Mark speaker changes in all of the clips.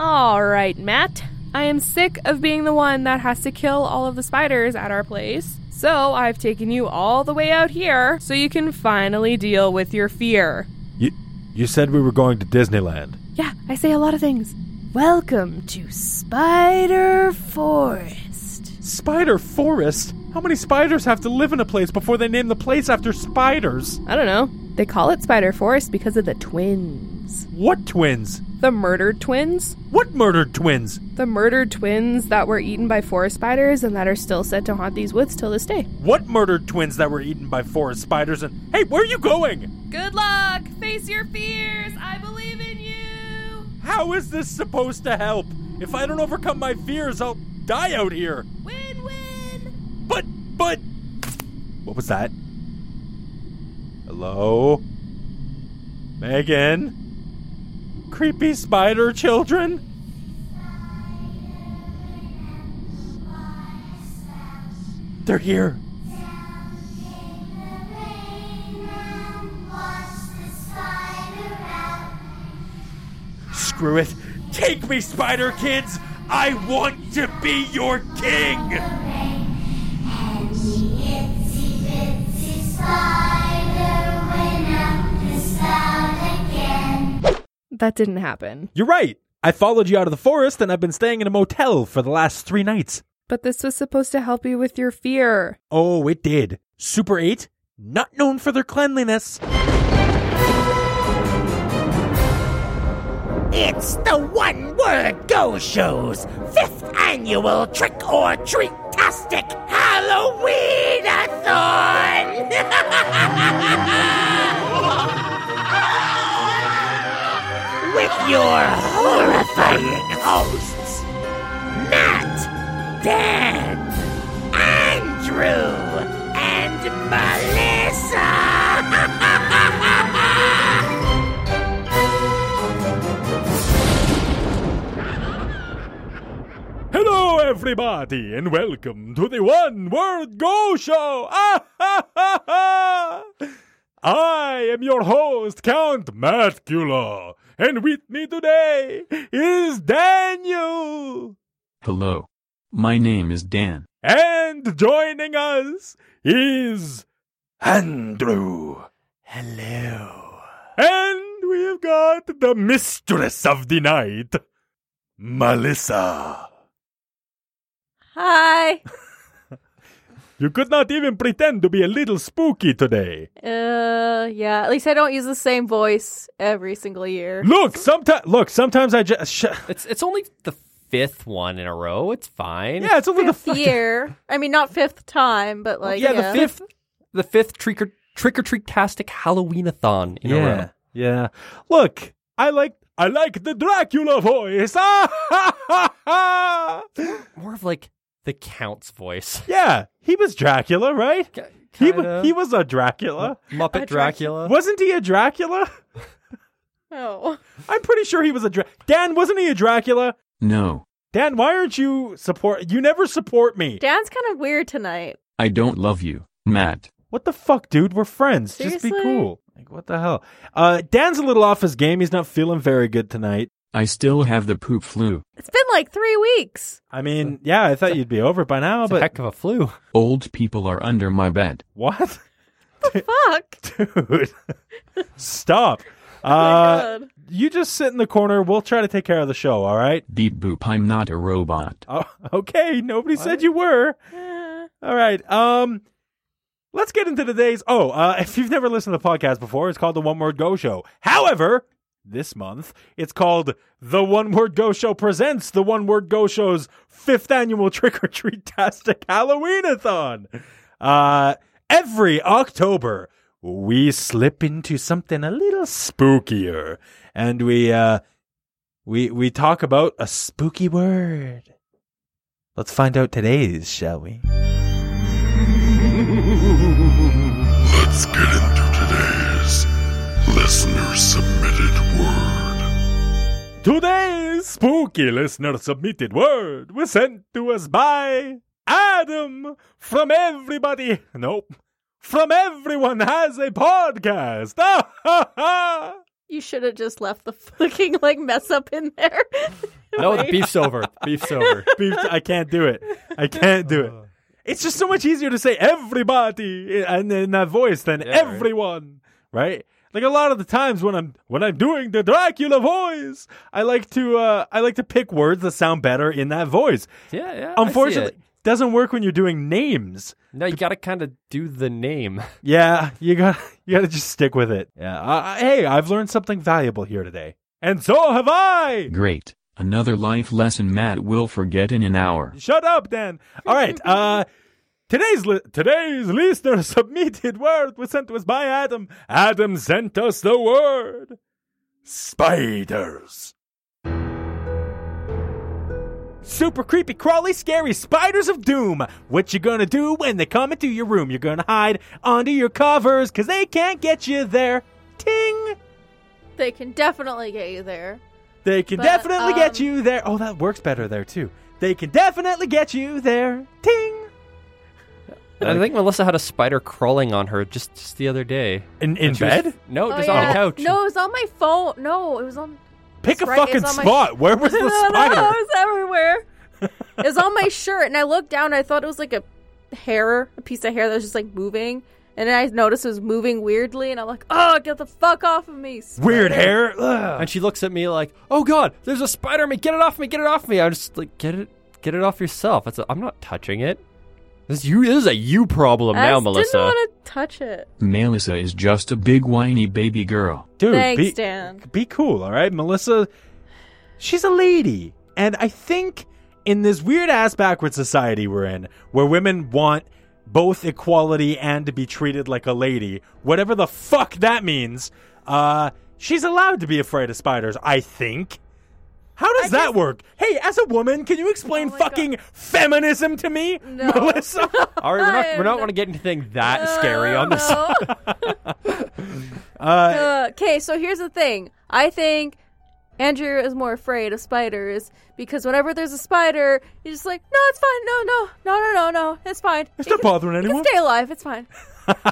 Speaker 1: All right, Matt. I am sick of being the one that has to kill all of the spiders at our place. So I've taken you all the way out here so you can finally deal with your fear.
Speaker 2: You, you said we were going to Disneyland.
Speaker 1: Yeah, I say a lot of things. Welcome to Spider Forest.
Speaker 2: Spider Forest? How many spiders have to live in a place before they name the place after spiders?
Speaker 1: I don't know. They call it Spider Forest because of the twins.
Speaker 2: What twins?
Speaker 1: The murdered twins?
Speaker 2: What murdered twins?
Speaker 1: The murdered twins that were eaten by forest spiders and that are still said to haunt these woods till this day.
Speaker 2: What murdered twins that were eaten by forest spiders and. Hey, where are you going?
Speaker 1: Good luck! Face your fears! I believe in you!
Speaker 2: How is this supposed to help? If I don't overcome my fears, I'll die out here.
Speaker 1: Win win!
Speaker 2: But, but. What was that? Hello? Megan? Creepy spider children? They're here. Screw it. Take me, spider kids! I want to be your king!
Speaker 1: That didn't happen.
Speaker 2: You're right. I followed you out of the forest and I've been staying in a motel for the last three nights.
Speaker 1: But this was supposed to help you with your fear.
Speaker 2: Oh, it did. Super 8, not known for their cleanliness.
Speaker 3: It's the One Word Go Show's fifth annual trick or treat tastic Halloween a With your horrifying hosts, Matt, Dan, Andrew, and Melissa.
Speaker 2: Hello, everybody, and welcome to the One Word Go Show! Ah, ha, ha, ha. I am your host, Count Matcula, and with me today is Daniel!
Speaker 4: Hello. My name is Dan.
Speaker 2: And joining us is Andrew. Hello. And we've got the mistress of the night, Melissa.
Speaker 5: Hi.
Speaker 2: You could not even pretend to be a little spooky today.
Speaker 5: Uh, yeah. At least I don't use the same voice every single year.
Speaker 2: Look, sometimes look, sometimes I just sh-
Speaker 6: It's it's only the fifth one in a row. It's fine.
Speaker 2: yeah, it's only the
Speaker 5: Fifth
Speaker 2: fucking
Speaker 5: year. I mean, not fifth time, but like
Speaker 6: yeah, the fifth the fifth trick or trick or treat tastic Halloweenathon in a row.
Speaker 2: yeah, yeah. Look, I like I like the Dracula voice. Ah, ha, ha, ha.
Speaker 6: More of like the count's voice.
Speaker 2: Yeah, he was Dracula, right? He was, he was a Dracula.
Speaker 6: Muppet Dracula.
Speaker 2: Wasn't he a Dracula?
Speaker 5: Oh.
Speaker 2: I'm pretty sure he was a Dra- Dan. Wasn't he a Dracula?
Speaker 4: No,
Speaker 2: Dan, why aren't you support? You never support me.
Speaker 5: Dan's kind of weird tonight.
Speaker 4: I don't love you, Matt.
Speaker 2: What the fuck, dude? We're friends. Just be
Speaker 5: Seriously?
Speaker 2: cool. Like what the hell? Uh, Dan's a little off his game. He's not feeling very good tonight.
Speaker 4: I still have the poop flu.
Speaker 5: It's been like three weeks.
Speaker 2: I mean, yeah, I thought you'd be over by now,
Speaker 6: It's a
Speaker 2: but
Speaker 6: heck of a flu.
Speaker 4: Old people are under my bed.
Speaker 2: what,
Speaker 5: Fuck. Oh
Speaker 2: dude? Stop. Uh,
Speaker 5: My God.
Speaker 2: you just sit in the corner. We'll try to take care of the show. All right.
Speaker 4: Beep boop, I'm not a robot.
Speaker 2: Oh, okay. Nobody said you were. All right. Um, let's get into today's. Oh, uh, if you've never listened to the podcast before, it's called the One Word Go Show. However, this month it's called the One Word Go Show presents the One Word Go Show's fifth annual Trick or Treat Tastic Halloweenathon. Uh, every October we slip into something a little spookier, and we uh, we we talk about a spooky word. Let's find out today's, shall we?
Speaker 7: Let's get into today's listener submitted word.
Speaker 2: Today's spooky listener submitted word was sent to us by Adam from everybody. Nope. From everyone has a podcast. Ah, ha, ha.
Speaker 5: You should have just left the fucking like mess up in there.
Speaker 6: No, the beef's over. Beef's over.
Speaker 2: Beef- I can't do it. I can't do it. It's just so much easier to say everybody and in that voice than
Speaker 6: right.
Speaker 2: everyone, right? Like a lot of the times when I'm when I'm doing the Dracula voice, I like to uh, I like to pick words that sound better in that voice.
Speaker 6: Yeah, yeah. I see
Speaker 2: Unfortunately,
Speaker 6: it.
Speaker 2: doesn't work when you're doing names.
Speaker 6: no, you got to kind of do the name.
Speaker 2: Yeah, you got you got to just stick with it. Yeah. I, I- hey, I've learned something valuable here today, and so have I.
Speaker 4: Great. Another life lesson Matt will forget in an hour.
Speaker 2: Shut up, Dan. All right. Uh, today's li- today's listener submitted word was sent to us by Adam. Adam sent us the word spiders. Super creepy, crawly, scary spiders of doom. What you gonna do when they come into your room? You're gonna hide under your covers, cause they can't get you there. Ting!
Speaker 5: They can definitely get you there.
Speaker 2: They can
Speaker 5: But,
Speaker 2: definitely get
Speaker 5: um,
Speaker 2: you there. Oh, that works better there too. They can definitely get you there. Ting!
Speaker 6: I think Melissa had a spider crawling on her just, just the other day.
Speaker 2: In in
Speaker 6: And she was-
Speaker 2: bed?
Speaker 6: no,
Speaker 5: Oh,
Speaker 6: just on
Speaker 5: yeah.
Speaker 6: the couch.
Speaker 5: No, it was on my phone. No, it was on.
Speaker 2: Pick a
Speaker 5: Sprite is
Speaker 2: fucking
Speaker 5: on my-
Speaker 2: spot. Where was
Speaker 5: no,
Speaker 2: the
Speaker 5: no,
Speaker 2: spider?
Speaker 5: it was everywhere. it was on my shirt, and I looked down. And I thought it was like a hair, a piece of hair that was just like moving. And then I noticed it was moving weirdly, and I'm like, "Oh, get the fuck off of me!"
Speaker 2: Weird hair.
Speaker 6: And she looks at me like, "Oh God, there's a spider! Me, get it off me! Get it off me!" I'm just like, "Get it, get it off yourself." That's a, I'm not touching it. This you. This is a you problem
Speaker 5: I
Speaker 6: now,
Speaker 5: just
Speaker 6: Melissa.
Speaker 5: didn't want to touch it.
Speaker 4: Melissa is just a big whiny baby girl.
Speaker 2: Dude,
Speaker 5: Thanks,
Speaker 2: be,
Speaker 5: Dan.
Speaker 2: be cool, all right? Melissa, she's a lady. And I think in this weird ass backward society we're in, where women want both equality and to be treated like a lady, whatever the fuck that means, uh, she's allowed to be afraid of spiders, I think. How does that work? Hey, as a woman, can you explain
Speaker 5: Oh my God.
Speaker 2: fucking feminism to me,
Speaker 5: No.
Speaker 2: Melissa?
Speaker 6: All right, we're not,
Speaker 5: I
Speaker 6: we're
Speaker 5: am
Speaker 6: not
Speaker 5: not-
Speaker 6: going to get anything that scary on this.
Speaker 2: Uh,
Speaker 5: Okay, so here's the thing. I think Andrew is more afraid of spiders because whenever there's a spider, you're just like, no, it's fine. No, no, no, no, no, no. It's fine.
Speaker 2: It's
Speaker 5: It
Speaker 2: not
Speaker 5: can-
Speaker 2: bothering
Speaker 5: it can
Speaker 2: anyone.
Speaker 5: Stay alive. It's fine.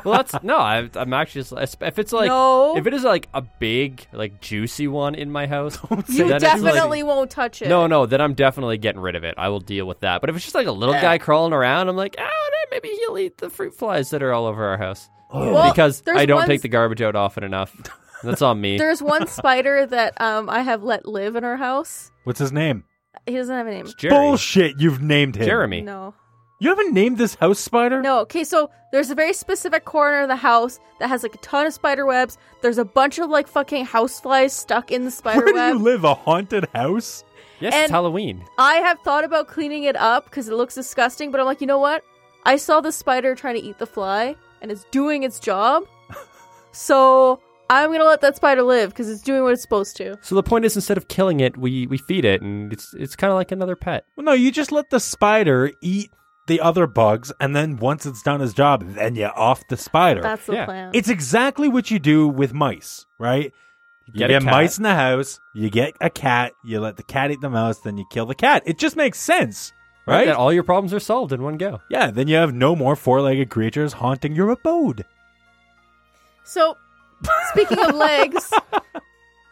Speaker 6: well, that's no. I, I'm actually just if it's like
Speaker 5: No.
Speaker 6: if it is like a big like juicy one in my house,
Speaker 5: You
Speaker 6: then it's, like-
Speaker 5: definitely won't touch it.
Speaker 6: No, no, then I'm definitely getting rid of it. I will deal with that. But if it's just like a little guy crawling around, I'm like, oh, maybe he'll eat the fruit flies that are all over our house.
Speaker 2: Oh.
Speaker 5: Well,
Speaker 6: because
Speaker 5: there's
Speaker 6: I don't
Speaker 5: one-
Speaker 6: take the garbage out often enough. That's on me.
Speaker 5: There's one spider that um I have let live in our house.
Speaker 2: What's his name?
Speaker 5: He doesn't have a name.
Speaker 6: It's Jerry.
Speaker 2: Bullshit, you've named him.
Speaker 6: Jeremy.
Speaker 5: No.
Speaker 2: You haven't named this house spider?
Speaker 5: No, okay, so there's a very specific corner of the house that has like a ton of spider webs. There's a bunch of like fucking houseflies stuck in the spider
Speaker 2: Where do
Speaker 5: web.
Speaker 2: you live? A haunted house?
Speaker 6: Yes,
Speaker 5: And-
Speaker 6: it's Halloween.
Speaker 5: I have thought about cleaning it up because it looks disgusting, but I'm like, you know what? I saw the spider trying to eat the fly, and it's doing its job. so I'm gonna let that spider live because it's doing what it's supposed to.
Speaker 6: So the point is, instead of killing it, we, we feed it, and it's it's kind of like another pet.
Speaker 2: Well, no, you just let the spider eat the other bugs, and then once it's done its job, then you off the spider.
Speaker 5: That's the
Speaker 6: Yeah.
Speaker 5: plan.
Speaker 2: it's exactly what you do with mice, right? You
Speaker 6: Get
Speaker 2: get,
Speaker 6: a cat.
Speaker 2: mice in the house, you get a cat, you let the cat eat the mouse, then you kill the cat. It just makes sense, right?
Speaker 6: That all your problems are solved in one go.
Speaker 2: yeah, then you have no more four legged creatures haunting your abode.
Speaker 5: so, speaking of legs,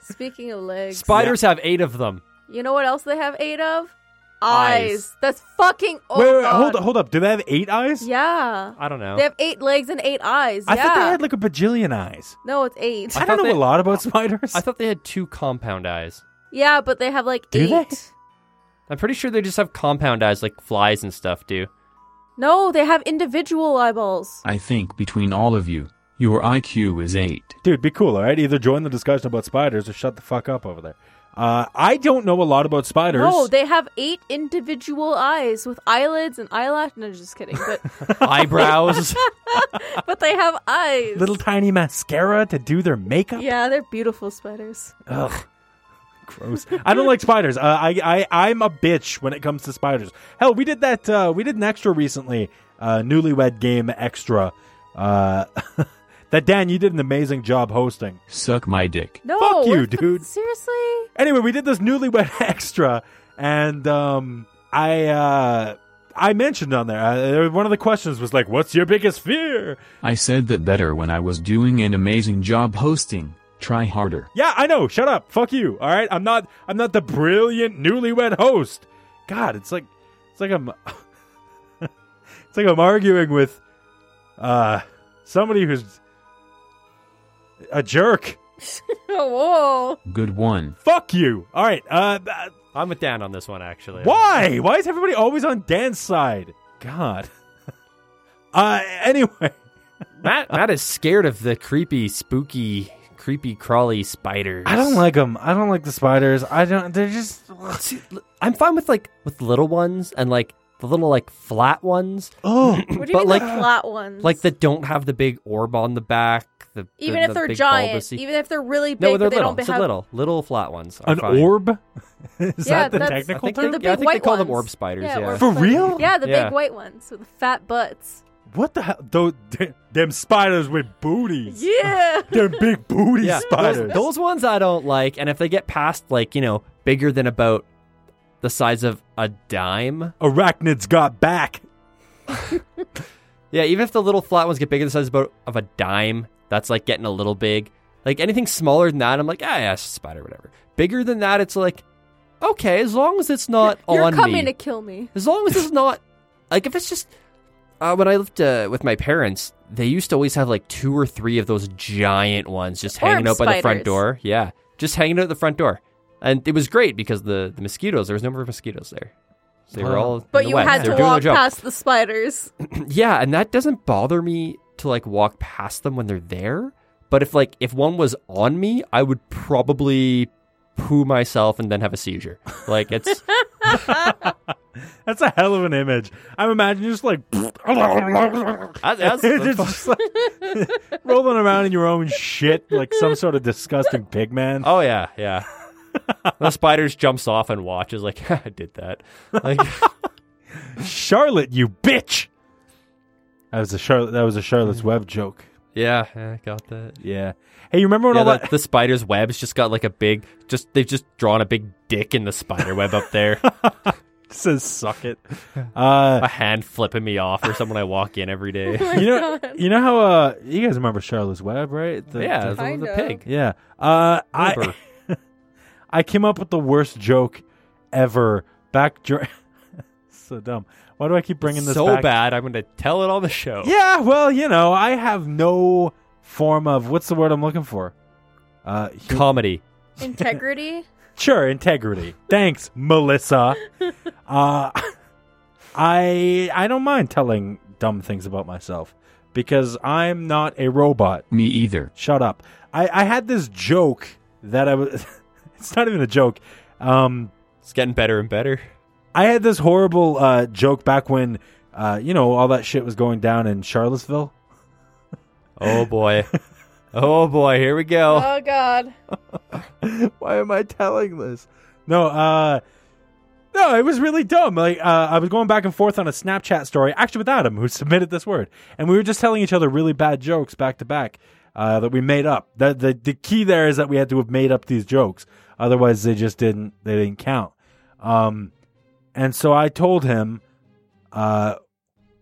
Speaker 5: speaking of legs,
Speaker 6: Spiders have eight of them.
Speaker 5: you know what else they have eight of?
Speaker 6: Eyes.
Speaker 5: Eyes. That's fucking. Oh
Speaker 2: wait, wait, wait,
Speaker 5: God.
Speaker 2: hold up, hold up. Do they have eight eyes?
Speaker 5: Yeah,
Speaker 6: I don't know.
Speaker 5: they have eight legs and eight eyes.
Speaker 2: I
Speaker 5: yeah.
Speaker 2: thought they had like a bajillion eyes.
Speaker 5: no, it's eight.
Speaker 2: I,
Speaker 6: I
Speaker 2: don't know
Speaker 6: thought
Speaker 2: a
Speaker 6: they-
Speaker 2: lot about spiders.
Speaker 6: I thought they had two compound eyes.
Speaker 5: Yeah, but they have like
Speaker 2: Do
Speaker 5: eight.
Speaker 2: they?
Speaker 6: I'm pretty sure they just have compound eyes like flies and stuff do.
Speaker 5: No, they have individual eyeballs.
Speaker 4: I think between all of you, your IQ is 8.
Speaker 2: Dude, be cool, all right? Either join the discussion about spiders or shut the fuck up over there. Uh, I don't know a lot about spiders.
Speaker 5: No, they have eight individual eyes with eyelids and eyelash. No, just kidding. But
Speaker 6: Eyebrows.
Speaker 5: but they have eyes.
Speaker 2: Little tiny mascara to do their makeup.
Speaker 5: yeah, they're beautiful spiders.
Speaker 2: Ugh. Gross. I don't like spiders. Uh, I, I, I'm a bitch when it comes to spiders. Hell, we did that. Uh, we did an extra recently, uh, newlywed game extra. Uh, that Dan, you did an amazing job hosting.
Speaker 4: Suck my dick.
Speaker 5: No,
Speaker 2: Fuck you,
Speaker 5: what the-
Speaker 2: dude.
Speaker 5: Seriously?
Speaker 2: anyway, we did this newlywed extra, and um, I uh, I mentioned on there. Uh, one of the questions was like, "What's your biggest fear?"
Speaker 4: I said that better when I was doing an amazing job hosting. Try harder.
Speaker 2: Yeah, I know. Shut up. Fuck you. All right. I'm not. I'm not the brilliant newlywed host. God, it's like, it's like I'm, it's like I'm arguing with, uh, somebody who's a jerk.
Speaker 5: Oh,
Speaker 4: Good one.
Speaker 2: Fuck you. All right. Uh, uh,
Speaker 6: I'm with Dan on this one, actually.
Speaker 2: why? Why is everybody always on Dan's side? God. Uh, anyway.
Speaker 6: Matt, Matt is scared of the creepy, spooky, creepy, crawly spiders.
Speaker 2: I don't like them. I don't like the spiders. I don't. They're just.
Speaker 6: See, l- I'm fine with like with little ones and like the little like flat ones,
Speaker 2: Oh.
Speaker 5: whoa. What do you
Speaker 6: But
Speaker 5: mean
Speaker 6: like-
Speaker 5: the flat ones?
Speaker 6: like that don't have the big orb on the back. The, the-
Speaker 5: even if
Speaker 6: the
Speaker 5: they're
Speaker 6: big
Speaker 5: giant,
Speaker 6: bulbousy-
Speaker 5: even if they're really big,
Speaker 6: no,
Speaker 5: but
Speaker 6: they're
Speaker 5: they
Speaker 6: little.
Speaker 5: don't
Speaker 6: It's
Speaker 5: have
Speaker 6: a little, little flat ones. Are
Speaker 2: An
Speaker 6: fine.
Speaker 2: orb? Is
Speaker 5: Yeah,
Speaker 2: that the
Speaker 5: that's-
Speaker 6: I
Speaker 2: technical
Speaker 6: think,
Speaker 2: term?
Speaker 5: The
Speaker 6: they, yeah, I think
Speaker 5: big
Speaker 6: they
Speaker 5: white
Speaker 6: call them
Speaker 5: ones.
Speaker 6: orb spiders.
Speaker 5: Yeah,
Speaker 6: Yeah,
Speaker 5: orb
Speaker 2: For
Speaker 5: spiders.
Speaker 2: real?
Speaker 5: Yeah, the
Speaker 6: Yeah.
Speaker 5: big white ones with the fat butts.
Speaker 2: What the hell? Those, d- them spiders with booties.
Speaker 5: Yeah.
Speaker 2: Them big booty
Speaker 6: Yeah,
Speaker 2: spiders.
Speaker 6: Those, those ones I don't like, and if they get past like you know bigger than about the size of a dime,
Speaker 2: Arachnids got back.
Speaker 6: Yeah, even if the little flat ones get bigger the size about of a dime, that's like getting a little big. Like anything smaller than that, I'm like, ah, yeah, it's a spider, whatever. Bigger than that, it's like, okay, as long as it's not
Speaker 5: You're
Speaker 6: on
Speaker 5: coming
Speaker 6: me.
Speaker 5: to kill me.
Speaker 6: As long as it's not like if it's just uh, when I lived uh, with my parents, they used to always have like two or three of those giant ones just
Speaker 5: Orb
Speaker 6: hanging out by the front
Speaker 5: spiders.
Speaker 6: door. Yeah, just hanging out at the front door, and it was great because the the mosquitoes. There was no more mosquitoes there. They were
Speaker 2: Wow.
Speaker 6: all in
Speaker 5: But
Speaker 6: the
Speaker 5: you
Speaker 6: wet.
Speaker 5: had
Speaker 6: They
Speaker 5: to
Speaker 6: were doing their
Speaker 5: walk
Speaker 6: job.
Speaker 5: past the spiders.
Speaker 6: Yeah, and that doesn't bother me to like walk past them when they're there. But if like if one was on me, I would probably poo myself and then have a seizure. Like it's
Speaker 2: That's a hell of an image. I'm imagining just like,
Speaker 6: that's, that's the
Speaker 2: It's just like rolling around in your own shit like some sort of disgusting pig man.
Speaker 6: oh yeah, yeah. The spiders jumps off and watches like I did that. Like
Speaker 2: Charlotte, you bitch. That was a Charlotte. That was a Charlotte's Web joke.
Speaker 6: yeah, yeah, I got that.
Speaker 2: Yeah. Hey, you remember when
Speaker 6: Yeah,
Speaker 2: all
Speaker 6: the,
Speaker 2: that?
Speaker 6: the spider's web's just got like a big just they've just drawn a big dick in the spider web up there.
Speaker 2: says suck it. Uh,
Speaker 6: a hand flipping me off or someone I walk in every day.
Speaker 2: you know, you know how uh, you guys remember Charlotte's Web, right? The-
Speaker 6: yeah,
Speaker 2: the-
Speaker 6: the,
Speaker 5: Kind
Speaker 6: the
Speaker 5: of.
Speaker 6: pig.
Speaker 2: yeah. Uh, I
Speaker 6: Uber.
Speaker 2: I came up with the worst joke ever back during. so dumb. Why do I keep bringing this
Speaker 6: so
Speaker 2: back?
Speaker 6: bad. I'm going to tell it on the show.
Speaker 2: Yeah, well, you know, I have no form of what's the word I'm looking for. Uh, hu-
Speaker 6: Comedy.
Speaker 5: Integrity.
Speaker 2: Sure, integrity. Thanks, Melissa. Uh, I I don't mind telling dumb things about myself because I'm not a robot.
Speaker 4: Me either.
Speaker 2: Shut up. I, I had this joke that I was. it's not even a joke. Um,
Speaker 6: It's getting better and better.
Speaker 2: I had this horrible uh, joke back when uh, you know all that shit was going down in Charlottesville.
Speaker 6: Oh boy. oh boy. Here we go.
Speaker 5: Oh God.
Speaker 2: Why am I telling this? No, uh no, it was really dumb. Like uh, I was going back and forth on a Snapchat story, actually with Adam, who submitted this word, and we were just telling each other really bad jokes back to back uh, that we made up. The, the the key there is that we had to have made up these jokes, otherwise they just didn't they didn't count. Um, and so I told him, uh,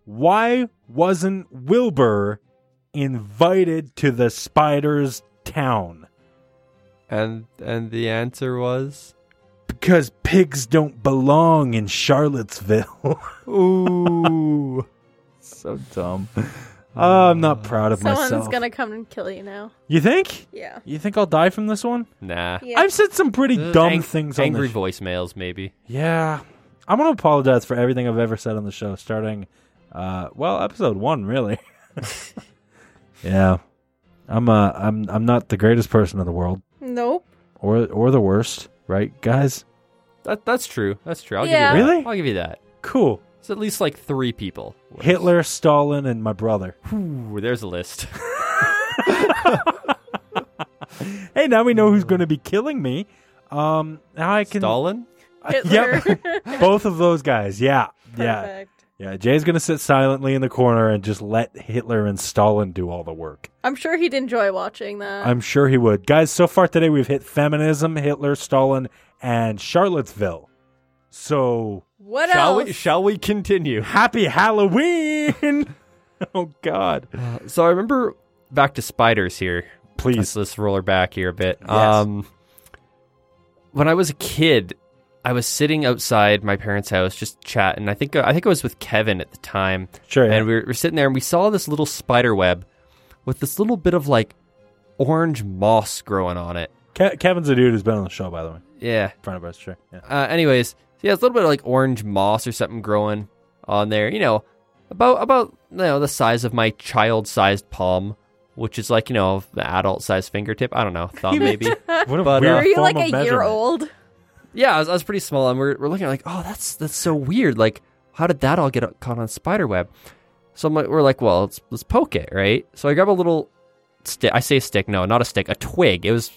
Speaker 2: why wasn't Wilbur invited to the spider's town?
Speaker 6: And and the answer was
Speaker 2: Because pigs don't belong in Charlottesville. Ooh. so dumb. Oh, I'm not proud of
Speaker 5: Someone's
Speaker 2: myself.
Speaker 5: gonna come and kill you now.
Speaker 2: You think?
Speaker 5: Yeah.
Speaker 2: You think I'll die from this one?
Speaker 6: nah.
Speaker 5: Yeah.
Speaker 2: I've said some pretty
Speaker 6: Uh,
Speaker 2: dumb
Speaker 6: ang-
Speaker 2: things on
Speaker 6: Angry
Speaker 2: this.
Speaker 6: voicemails, maybe.
Speaker 2: yeah. I'm going to apologize for everything I've ever said on the show starting uh well, episode 1 really. yeah. I'm uh I'm I'm not the greatest person in the world
Speaker 5: Nope.
Speaker 2: or or the worst, right? Guys,
Speaker 6: That that's true. That's true. I'll
Speaker 5: Yeah.
Speaker 6: give you that.
Speaker 2: Really?
Speaker 6: I'll give you that.
Speaker 2: cool.
Speaker 6: It's at least like three people.
Speaker 2: Hitler, Stalin and my brother.
Speaker 6: Ooh, there's a list.
Speaker 2: hey, now we know who's going to be killing me. Um, now I can.
Speaker 6: Mm. Stalin.
Speaker 5: Hitler.
Speaker 2: Both of those guys. Yeah, yeah,
Speaker 5: Perfect.
Speaker 2: yeah. Jay's going to sit silently in the corner and just let Hitler and Stalin do all the work.
Speaker 5: I'm sure he'd enjoy watching that.
Speaker 2: I'm sure he would. Guys, so far today we've hit feminism, Hitler, Stalin, and Charlottesville. So
Speaker 5: what
Speaker 6: Shall
Speaker 5: else?
Speaker 6: we? Shall we continue?
Speaker 2: happy Halloween! oh God,
Speaker 6: So I remember back to spiders here.
Speaker 2: please.
Speaker 6: Let's, let's roll her back here a bit.
Speaker 2: Yes.
Speaker 6: Um, when I was a kid, I was sitting outside my parents' house just chatting. I think I think I was with Kevin at the time,
Speaker 2: Sure.
Speaker 6: and we were, we were sitting there and we saw this little spider web with this little bit of like orange moss growing on it.
Speaker 2: Ke- Kevin's a dude who's been on the show, by the way.
Speaker 6: Yeah.
Speaker 2: In front of us, sure. Yeah.
Speaker 6: Uh, anyways, so yeah, it's a little bit of like orange moss or something growing on there. You know, about about you know the size of my child-sized palm, which is like you know the adult-sized fingertip. I don't know, thumb maybe.
Speaker 2: What a
Speaker 6: But, uh,
Speaker 2: weird
Speaker 6: Were
Speaker 5: Are you
Speaker 2: form
Speaker 5: like
Speaker 2: of
Speaker 5: a year
Speaker 2: measurement.
Speaker 5: old?
Speaker 6: yeah, I was, I was pretty small, and we're we're looking at it like, oh, that's that's so weird. Like, how did that all get caught on spider web? So I'm like, we're like, well, let's let's poke it, right? So I grab a little stick. I say stick, no, not a stick, a twig. It was,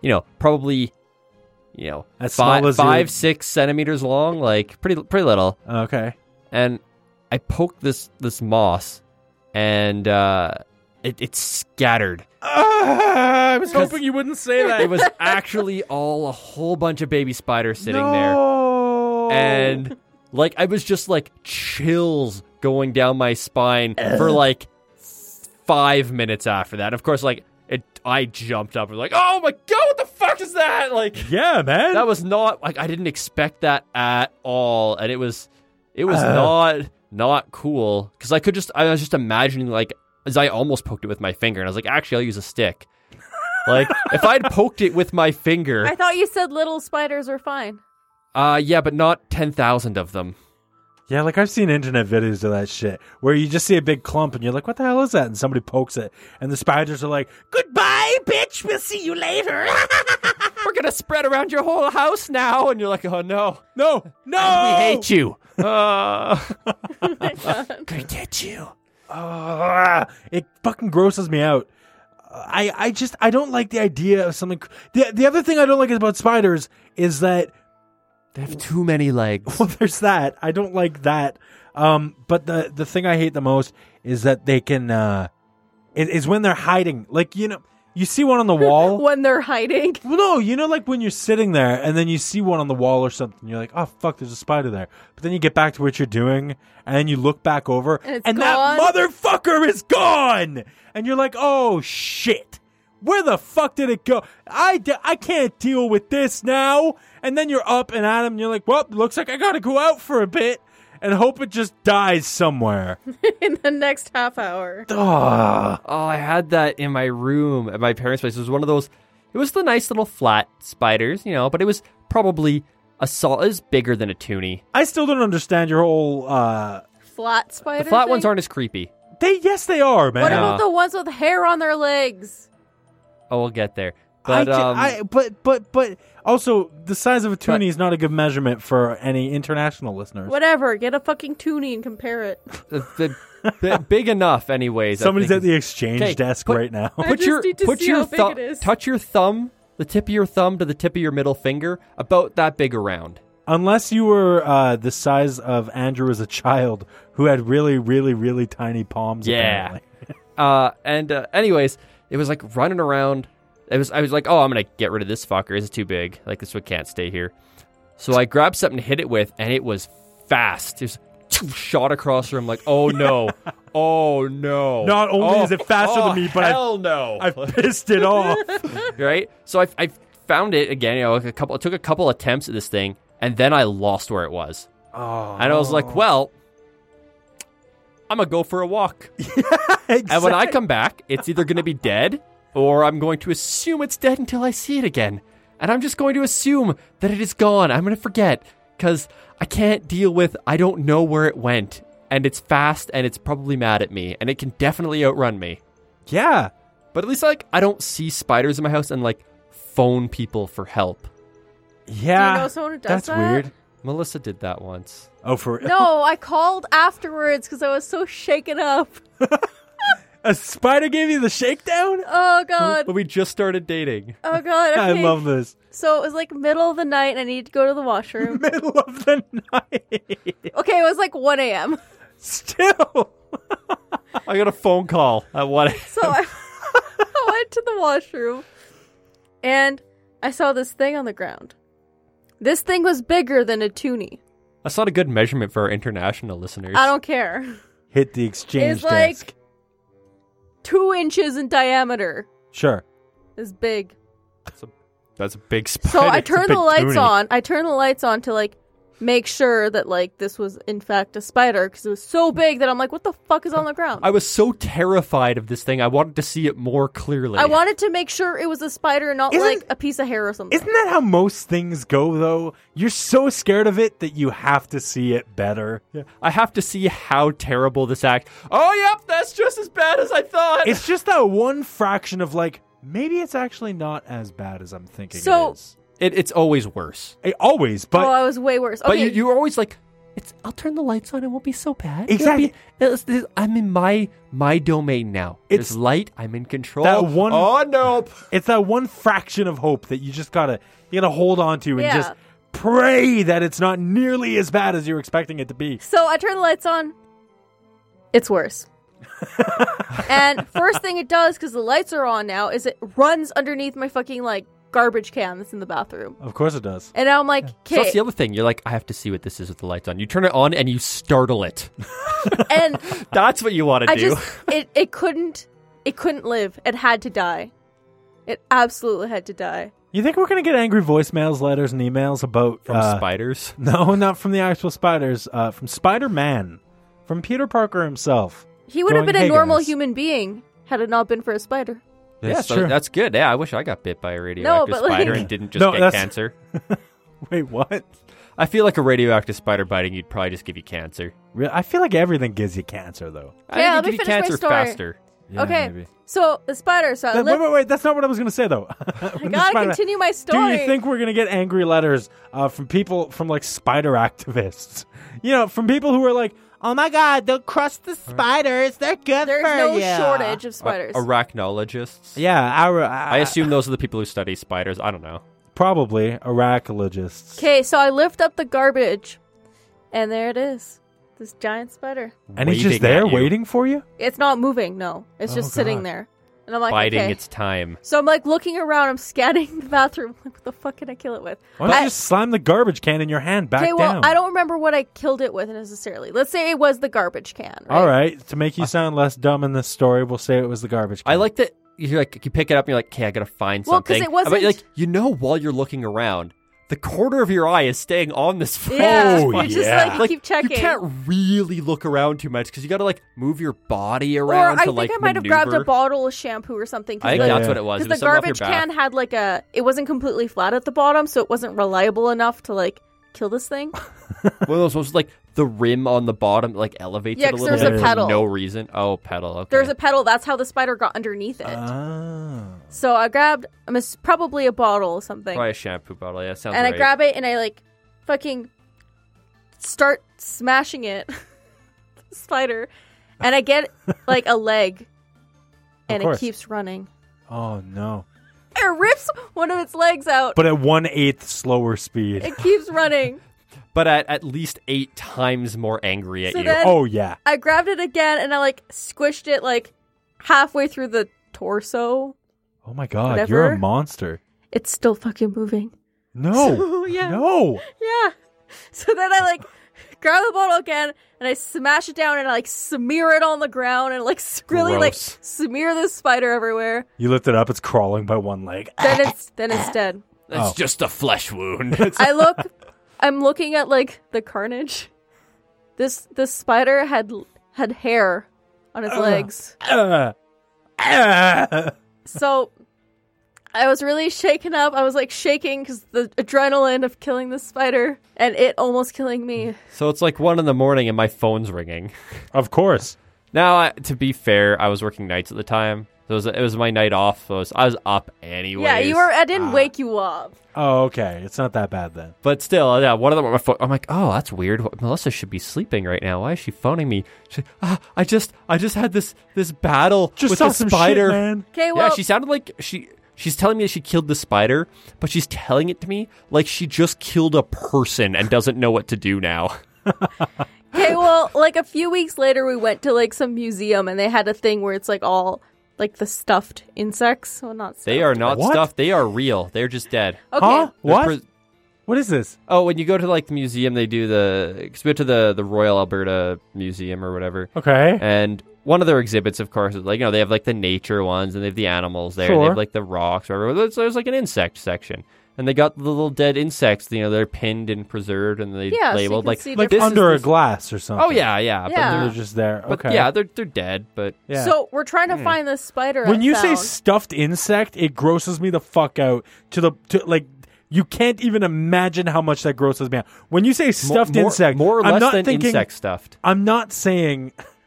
Speaker 6: you know, probably, you know,
Speaker 2: As
Speaker 6: fi-
Speaker 2: small as your-
Speaker 6: five six centimeters long, like pretty pretty little
Speaker 2: Okay.
Speaker 6: and I poked this this moss, and uh, it, it scattered.
Speaker 2: I was
Speaker 6: hoping
Speaker 2: you wouldn't say
Speaker 6: It was actually all a whole bunch of baby spiders sitting
Speaker 2: no.
Speaker 6: there, and like I was just like chills going down my spine for like five minutes after that. Of course, like it, I jumped up and like, oh my god, what the fuck is that? Like
Speaker 2: yeah, man.
Speaker 6: that was not like I didn't expect that at all, and it was it was not not cool because I could just I was just imagining like as I almost poked it with my finger, and I was like, actually, I'll use a stick. like if I'd poked it with my finger,
Speaker 5: I thought you said little spiders are fine.
Speaker 6: uh, yeah, but not ten thousand of them.
Speaker 2: yeah, like I've seen internet videos of that shit where you just see a big clump and you're like, "What the hell is that?" And somebody pokes it, and the spiders are like,
Speaker 3: Goodbye, bitch. We'll see you later.
Speaker 6: We're gonna spread around your whole house now, and you're like, oh no, no,
Speaker 2: "No,
Speaker 6: we hate you. Uh,
Speaker 3: Gonna get you.
Speaker 2: Ugh, Ah, it fucking grosses me out. I, I just I don't like the idea of something. The the other thing I don't like about spiders is that
Speaker 6: they have too many legs.
Speaker 2: well, there's that. I don't like that. Um, but the the thing I hate the most is that they can uh, is, is when they're hiding. Like you know, you see one on the
Speaker 6: Oh.
Speaker 2: wall.
Speaker 5: When they're hiding.
Speaker 2: Well, no, you know, like when you're sitting there and then you see one on the wall or something, you're like, oh, fuck, there's a spider there. But then you get back to what you're doing and then you look back over
Speaker 5: And it's
Speaker 2: that
Speaker 5: gone.
Speaker 2: motherfucker is gone. And you're like, oh, shit. Where the fuck did it go? I, d- I can't deal with this now. And then you're up and at him and you're like, well, looks like I gotta go out for a bit and hope it just dies somewhere.
Speaker 5: in the next half hour.
Speaker 2: Duh.
Speaker 6: Oh, I had that in my room at my parents' place. It was one of those. It was the nice little flat spiders, you know, but it was probably a sol. It was bigger than a toonie.
Speaker 2: I still don't understand your whole, uh,
Speaker 5: Flat spider.
Speaker 6: The flat
Speaker 5: thing?
Speaker 6: ones aren't as creepy.
Speaker 2: they, yes, they are, man.
Speaker 5: What
Speaker 6: Yeah.
Speaker 5: about the ones with hair on their legs?
Speaker 6: Oh, we'll get there. But
Speaker 2: I, ju-
Speaker 6: um,
Speaker 2: I- but but but also the size of a toonie
Speaker 6: But-
Speaker 2: is not a good measurement for any international listeners.
Speaker 5: Whatever. Get a fucking toonie and compare it.
Speaker 6: the, the, the- big enough, anyways. I
Speaker 2: Somebody's
Speaker 6: think
Speaker 2: at the exchange
Speaker 6: Okay,
Speaker 2: desk
Speaker 6: put-
Speaker 2: right now.
Speaker 5: I
Speaker 6: put
Speaker 5: just
Speaker 6: your
Speaker 5: need to
Speaker 6: put
Speaker 5: see
Speaker 6: your
Speaker 5: how big
Speaker 6: thumb
Speaker 5: it is.
Speaker 6: touch your thumb, the tip of your thumb to the tip of your middle finger, about that big around.
Speaker 2: Unless you were uh, the size of Andrew as a child, who had really, really, really tiny palms.
Speaker 6: Yeah.
Speaker 2: apparently.
Speaker 6: Uh, and uh, anyways, it was like running around. It was I was like, oh, I'm gonna get rid of this fucker. This is too big. Like this one can't stay here. So I grabbed something to hit it with, and it was fast. It was shot across the room. Like, oh no, oh no.
Speaker 2: Not only
Speaker 6: Oh,
Speaker 2: is it faster than
Speaker 6: oh,
Speaker 2: me, but I-
Speaker 6: hell no.
Speaker 2: I pissed it off.
Speaker 6: right? So I, I found it again. You know, a couple. It took a couple attempts at this thing, and then I lost where it was.
Speaker 2: Oh,
Speaker 6: And I was like, well, I'm gonna go for a walk. And when I come back, it's either going to be dead or I'm going to assume it's dead until I see it again. And I'm just going to assume that it is gone. I'm going to forget because I can't deal with I don't know where it went. And it's fast and it's probably mad at me and it can definitely outrun me.
Speaker 2: yeah,
Speaker 6: But at least, like, I don't see spiders in my house and, like, phone people for help.
Speaker 2: yeah.
Speaker 5: Do you know someone who does
Speaker 2: That's
Speaker 5: that?
Speaker 2: weird.
Speaker 6: Melissa did that once.
Speaker 2: Oh, for
Speaker 5: No, I called afterwards because I was so shaken up.
Speaker 2: a spider gave you the shakedown.
Speaker 5: Oh god.
Speaker 6: But we just started dating.
Speaker 5: Oh god.
Speaker 2: I
Speaker 5: okay.
Speaker 2: love this
Speaker 5: So it was like middle of the night and I needed to go to the washroom.
Speaker 2: middle of the night.
Speaker 5: okay, it was like 1 a.m.
Speaker 2: Still,
Speaker 6: I got a phone call at what?
Speaker 5: So I, I went to the washroom and I saw this thing on the ground. This thing was bigger than a toonie.
Speaker 6: That's not a good measurement for our international listeners.
Speaker 5: I don't care.
Speaker 2: hit the exchange
Speaker 5: It's like-
Speaker 2: desk.
Speaker 5: Two inches in diameter.
Speaker 2: Sure.
Speaker 5: is big.
Speaker 6: That's a big spider.
Speaker 5: So I turned the
Speaker 2: big
Speaker 5: lights
Speaker 2: toonie.
Speaker 5: on. I turned the lights on to like make sure that like this was in fact a spider because it was so big that I'm like, what the fuck is on the ground?
Speaker 6: I was so terrified of this thing. I wanted to see it more clearly.
Speaker 5: I wanted to make sure it was a spider and not
Speaker 2: Isn't-
Speaker 5: like a piece of hair or something. Oh,
Speaker 2: Isn't that how most things go, though? You're so scared of it that you have to see it better.
Speaker 6: I have to see how terrible this act. Oh, yep, that's just as bad as I thought.
Speaker 2: It's just that one fraction of like, maybe it's actually not as bad as I'm thinking
Speaker 5: So-
Speaker 2: it is.
Speaker 6: It, it's always worse.
Speaker 2: Eh, always, but
Speaker 5: oh, I was way worse. Okay,
Speaker 6: But you, you're always like, it's. I'll turn the lights on. It won't be so bad. It'll
Speaker 2: Exactly.
Speaker 6: be- it's- it's- I'm in my my domain now. It's
Speaker 2: It's-
Speaker 6: light. I'm in control.
Speaker 2: That one-
Speaker 6: Oh no.
Speaker 2: it's that one fraction of hope that you just gotta you gotta hold on to and
Speaker 5: Yeah.
Speaker 2: just pray that it's not nearly as bad as you're expecting it to be.
Speaker 5: So I turn the lights on. It's worse. and first thing it does, because the lights are on now, is it runs underneath my fucking like garbage can that's in the bathroom.
Speaker 2: Of course it does.
Speaker 5: And now I'm like,
Speaker 6: So that's
Speaker 5: okay.
Speaker 6: the other thing. You're like, I have to see what this is with the lights on. You turn it on and you startle it.
Speaker 5: and
Speaker 6: That's what you want to
Speaker 5: I
Speaker 6: do.
Speaker 5: just it it couldn't it couldn't live. It had to die. It absolutely had to die.
Speaker 2: You think we're gonna get angry voicemails, letters, and emails about
Speaker 6: From
Speaker 2: uh,
Speaker 6: spiders.
Speaker 2: No, not from the actual spiders. Uh, from Spider Man, from Peter Parker himself.
Speaker 5: He would have
Speaker 2: Going,
Speaker 5: been a
Speaker 2: "Hey,
Speaker 5: normal
Speaker 2: guys."
Speaker 5: human being had it not been for a spider.
Speaker 2: Yeah,
Speaker 6: so
Speaker 2: sure.
Speaker 6: That's good. Yeah, I wish I got bit by a radioactive
Speaker 5: but, like-
Speaker 6: spider and didn't just
Speaker 2: No,
Speaker 6: get
Speaker 2: that's-
Speaker 6: cancer.
Speaker 2: Wait, what?
Speaker 6: I feel like a radioactive spider biting you'd probably just give you cancer.
Speaker 2: Re- I feel like everything gives you cancer, though.
Speaker 6: I think
Speaker 5: Yeah, let
Speaker 6: it'd
Speaker 5: me
Speaker 6: give you
Speaker 5: finish my
Speaker 6: cancer
Speaker 5: story.
Speaker 6: faster.
Speaker 2: Yeah,
Speaker 5: okay.
Speaker 2: maybe.
Speaker 5: So the spider so I
Speaker 2: That-
Speaker 5: lived-
Speaker 2: wait, wait, wait. That's not what I was going to say, though.
Speaker 5: I gotta continue my
Speaker 2: Do
Speaker 5: story.
Speaker 2: you think we're going to get angry letters uh, from people, from like spider activists? You know, from people who are like, oh my God, they'll crush the spiders. They're good
Speaker 5: there's
Speaker 2: for
Speaker 5: no
Speaker 2: ya."
Speaker 5: shortage of spiders?
Speaker 6: Arachnologists.
Speaker 2: Yeah, our, uh,
Speaker 6: I assume those are the people who study spiders. I don't know.
Speaker 2: Probably arachologists.
Speaker 5: Okay, so I lift up the garbage, and there it is. This giant spider.
Speaker 2: and it's
Speaker 6: Waving
Speaker 2: just there
Speaker 6: at you,
Speaker 2: waiting for you?
Speaker 5: It's not moving, no. It's just
Speaker 2: Oh,
Speaker 5: sitting
Speaker 2: God.
Speaker 5: there. And I'm like,
Speaker 6: biding
Speaker 5: okay.
Speaker 6: its time.
Speaker 5: So I'm like looking around, I'm scanning the bathroom. Like, what the fuck can I kill it with?
Speaker 2: Why don't
Speaker 5: I-
Speaker 2: you just slam the garbage can in your hand back
Speaker 5: okay, well,
Speaker 2: down?
Speaker 5: I don't remember what I killed it with necessarily. Let's say it was the garbage can. Right?
Speaker 2: All right, to make you sound less dumb in this story, we'll say it was the garbage can.
Speaker 6: I like that you like you pick it up and you're like, okay, I gotta find
Speaker 5: Well, 'cause
Speaker 6: something.
Speaker 5: it wasn't-
Speaker 6: But like you know, while you're looking around, the corner of your eye is staying on this phone.
Speaker 5: Yeah.
Speaker 2: Oh,
Speaker 5: you just
Speaker 2: yeah.
Speaker 5: like,
Speaker 6: Like,
Speaker 5: keep checking.
Speaker 6: You can't really look around too much because you got to like move your body
Speaker 5: or
Speaker 6: around to
Speaker 5: I think
Speaker 6: like
Speaker 5: I might have
Speaker 6: maneuver.
Speaker 5: grabbed a bottle of shampoo or something. 'cause
Speaker 6: I think
Speaker 5: the-
Speaker 2: Yeah.
Speaker 6: that's what it was.
Speaker 5: Because
Speaker 6: It
Speaker 5: the
Speaker 6: was something off your
Speaker 5: garbage
Speaker 6: back.
Speaker 5: can had like a, it wasn't completely flat at the bottom, so it wasn't reliable enough to like kill this thing.
Speaker 6: One of those ones like the rim on the bottom like elevates
Speaker 5: Yeah,
Speaker 6: it a
Speaker 5: 'cause
Speaker 6: little
Speaker 2: there's a
Speaker 6: bit
Speaker 5: pedal.
Speaker 6: for no reason. Oh, pedal. Okay.
Speaker 5: There's a pedal. That's how the spider got underneath it.
Speaker 6: Uh.
Speaker 2: Ah.
Speaker 5: So I grabbed, I'm ass- probably a bottle or something,
Speaker 6: probably a shampoo bottle. Yeah, sounds
Speaker 5: and
Speaker 6: right.
Speaker 5: I grab it and I like, fucking, start smashing it, the spider, and I get like a leg, and it
Speaker 2: course.
Speaker 5: keeps running.
Speaker 2: Oh no!
Speaker 5: It rips one of its legs out.
Speaker 2: But at one eighth slower speed.
Speaker 5: it keeps running.
Speaker 6: but at at least eight times more angry at
Speaker 5: So
Speaker 6: you.
Speaker 5: then-
Speaker 2: Oh yeah.
Speaker 5: I grabbed it again and I like squished it like halfway through the torso.
Speaker 2: Oh my god, you're a
Speaker 5: Whatever.
Speaker 2: monster.
Speaker 5: It's still fucking moving.
Speaker 2: No,
Speaker 5: So, Oh, yeah.
Speaker 2: no.
Speaker 5: Yeah. So then I like grab the bottle again and I smash it down and I like smear it on the ground and like s- really like
Speaker 6: Gross.
Speaker 5: smear this spider everywhere.
Speaker 2: You lift it up; it's crawling by one leg.
Speaker 5: Then it's then it's dead.
Speaker 6: It's
Speaker 2: Oh.
Speaker 6: just a flesh wound.
Speaker 5: I look I'm looking at like the carnage. This this spider had had hair on its legs.
Speaker 2: Ah. Ah.
Speaker 5: So I was really shaken up. I was like shaking cuz the adrenaline of killing the spider and it almost killing me.
Speaker 6: so it's like one in the morning and my phone's ringing.
Speaker 2: Of course.
Speaker 6: Now, I, to be fair, I was working nights at the time. So it was, it was my night off. So I was, I was up anyways. uh,
Speaker 5: Yeah, you were I didn't wake you up.
Speaker 2: Oh, okay. It's not that bad then.
Speaker 6: But still, yeah, one of them. My phone, I'm like, oh, that's weird. What- Melissa should be sleeping right now. Why is she phoning me? She, ah, I just, I just had this this battle
Speaker 2: Just
Speaker 6: with
Speaker 2: saw
Speaker 6: the
Speaker 2: some
Speaker 6: spider.
Speaker 2: shit, man.
Speaker 5: Okay, well
Speaker 6: yeah, she sounded like she. She's telling me that she killed the spider, but she's telling it to me like she just killed a person and doesn't know what to do now.
Speaker 5: Okay, well, like a few weeks later, we went to like some museum and they had a thing where it's like all like the stuffed insects. Well, not stuffed.
Speaker 6: They are not
Speaker 2: What?
Speaker 6: stuffed. They are real. They're just dead.
Speaker 5: Okay.
Speaker 2: Huh?
Speaker 6: They're
Speaker 2: What?
Speaker 6: pres-
Speaker 2: What is this?
Speaker 6: Oh, when you go to like the museum, they do the because we went to the the Royal Alberta Museum or whatever,
Speaker 2: Okay.
Speaker 6: and one of their exhibits, of course, is like you know they have like the nature ones and they have the animals there, and they
Speaker 2: Sure.
Speaker 6: have like the rocks or whatever. So there's like an insect section. And they got the little dead insects, you know, they're pinned and preserved, and they
Speaker 5: Yeah, so you
Speaker 6: labeled
Speaker 5: can
Speaker 6: like
Speaker 5: see
Speaker 2: Like
Speaker 5: This is
Speaker 2: under a
Speaker 6: this-
Speaker 2: glass or something.
Speaker 6: Oh yeah, yeah,
Speaker 5: Yeah.
Speaker 2: They're
Speaker 6: But,
Speaker 2: just there.
Speaker 6: they're, but
Speaker 2: okay.
Speaker 6: yeah, they're they're dead, but
Speaker 2: Yeah. Hmm.
Speaker 5: So we're trying to find this spider.
Speaker 2: when
Speaker 5: I
Speaker 2: you say
Speaker 5: found.
Speaker 2: stuffed insect, it grosses me the fuck out. To the to like, you can't even imagine how much that grosses me out. When you say
Speaker 6: Mo-
Speaker 2: stuffed
Speaker 6: more,
Speaker 2: insect,
Speaker 6: more or
Speaker 2: I'm
Speaker 6: less
Speaker 2: not
Speaker 6: than
Speaker 2: thinking.
Speaker 6: insect stuffed.
Speaker 2: I'm not saying,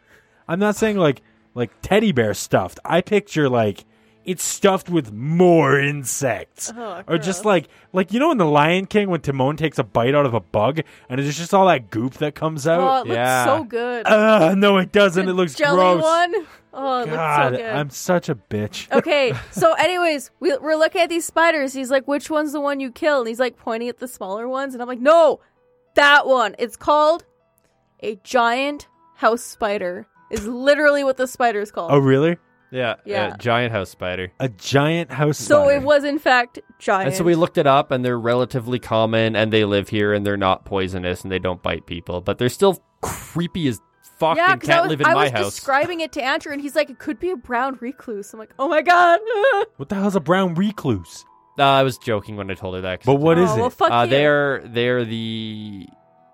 Speaker 2: I'm not saying like like teddy bear stuffed. I picture like it's stuffed with more insects,
Speaker 5: Oh,
Speaker 2: or just
Speaker 5: gross.
Speaker 2: like like you know in the Lion King when Timon takes a bite out of a bug and it's just all that goop that comes
Speaker 5: oh,
Speaker 2: out.
Speaker 5: it
Speaker 6: yeah.
Speaker 5: looks so good.
Speaker 2: Ugh, no, it doesn't. It looks
Speaker 5: jelly
Speaker 2: gross.
Speaker 5: one. Oh,
Speaker 2: God,
Speaker 5: it looks so good. Oh,
Speaker 2: I'm such a bitch.
Speaker 5: okay, so anyways, we, we're looking at these spiders. He's like, "Which one's the one you kill?" And he's like pointing at the smaller ones, and I'm like, "No, that one. It's called a giant house spider. Is literally what the spider is called."
Speaker 2: Oh, really?
Speaker 6: Yeah,
Speaker 5: Yeah.
Speaker 6: giant house spider.
Speaker 2: A giant house
Speaker 5: so
Speaker 2: spider.
Speaker 5: it was in fact giant.
Speaker 6: And so we looked it up, and they're relatively common, and they live here, and they're not poisonous, and they don't bite people, but they're still creepy as fuck
Speaker 5: yeah,
Speaker 6: and
Speaker 5: because I
Speaker 6: can't
Speaker 5: was,
Speaker 6: live in
Speaker 5: I
Speaker 6: my
Speaker 5: was
Speaker 6: house.
Speaker 5: describing it to Andrew, and he's like, "It could be a brown recluse." I'm like, "Oh my god!"
Speaker 2: What the hell's a brown recluse?
Speaker 6: Uh, I was joking when I told her that. 'cause
Speaker 2: But
Speaker 6: it's
Speaker 2: what
Speaker 5: oh,
Speaker 2: is
Speaker 5: Well,
Speaker 2: it?
Speaker 5: fuck
Speaker 6: Uh,
Speaker 5: you.
Speaker 6: they're they're the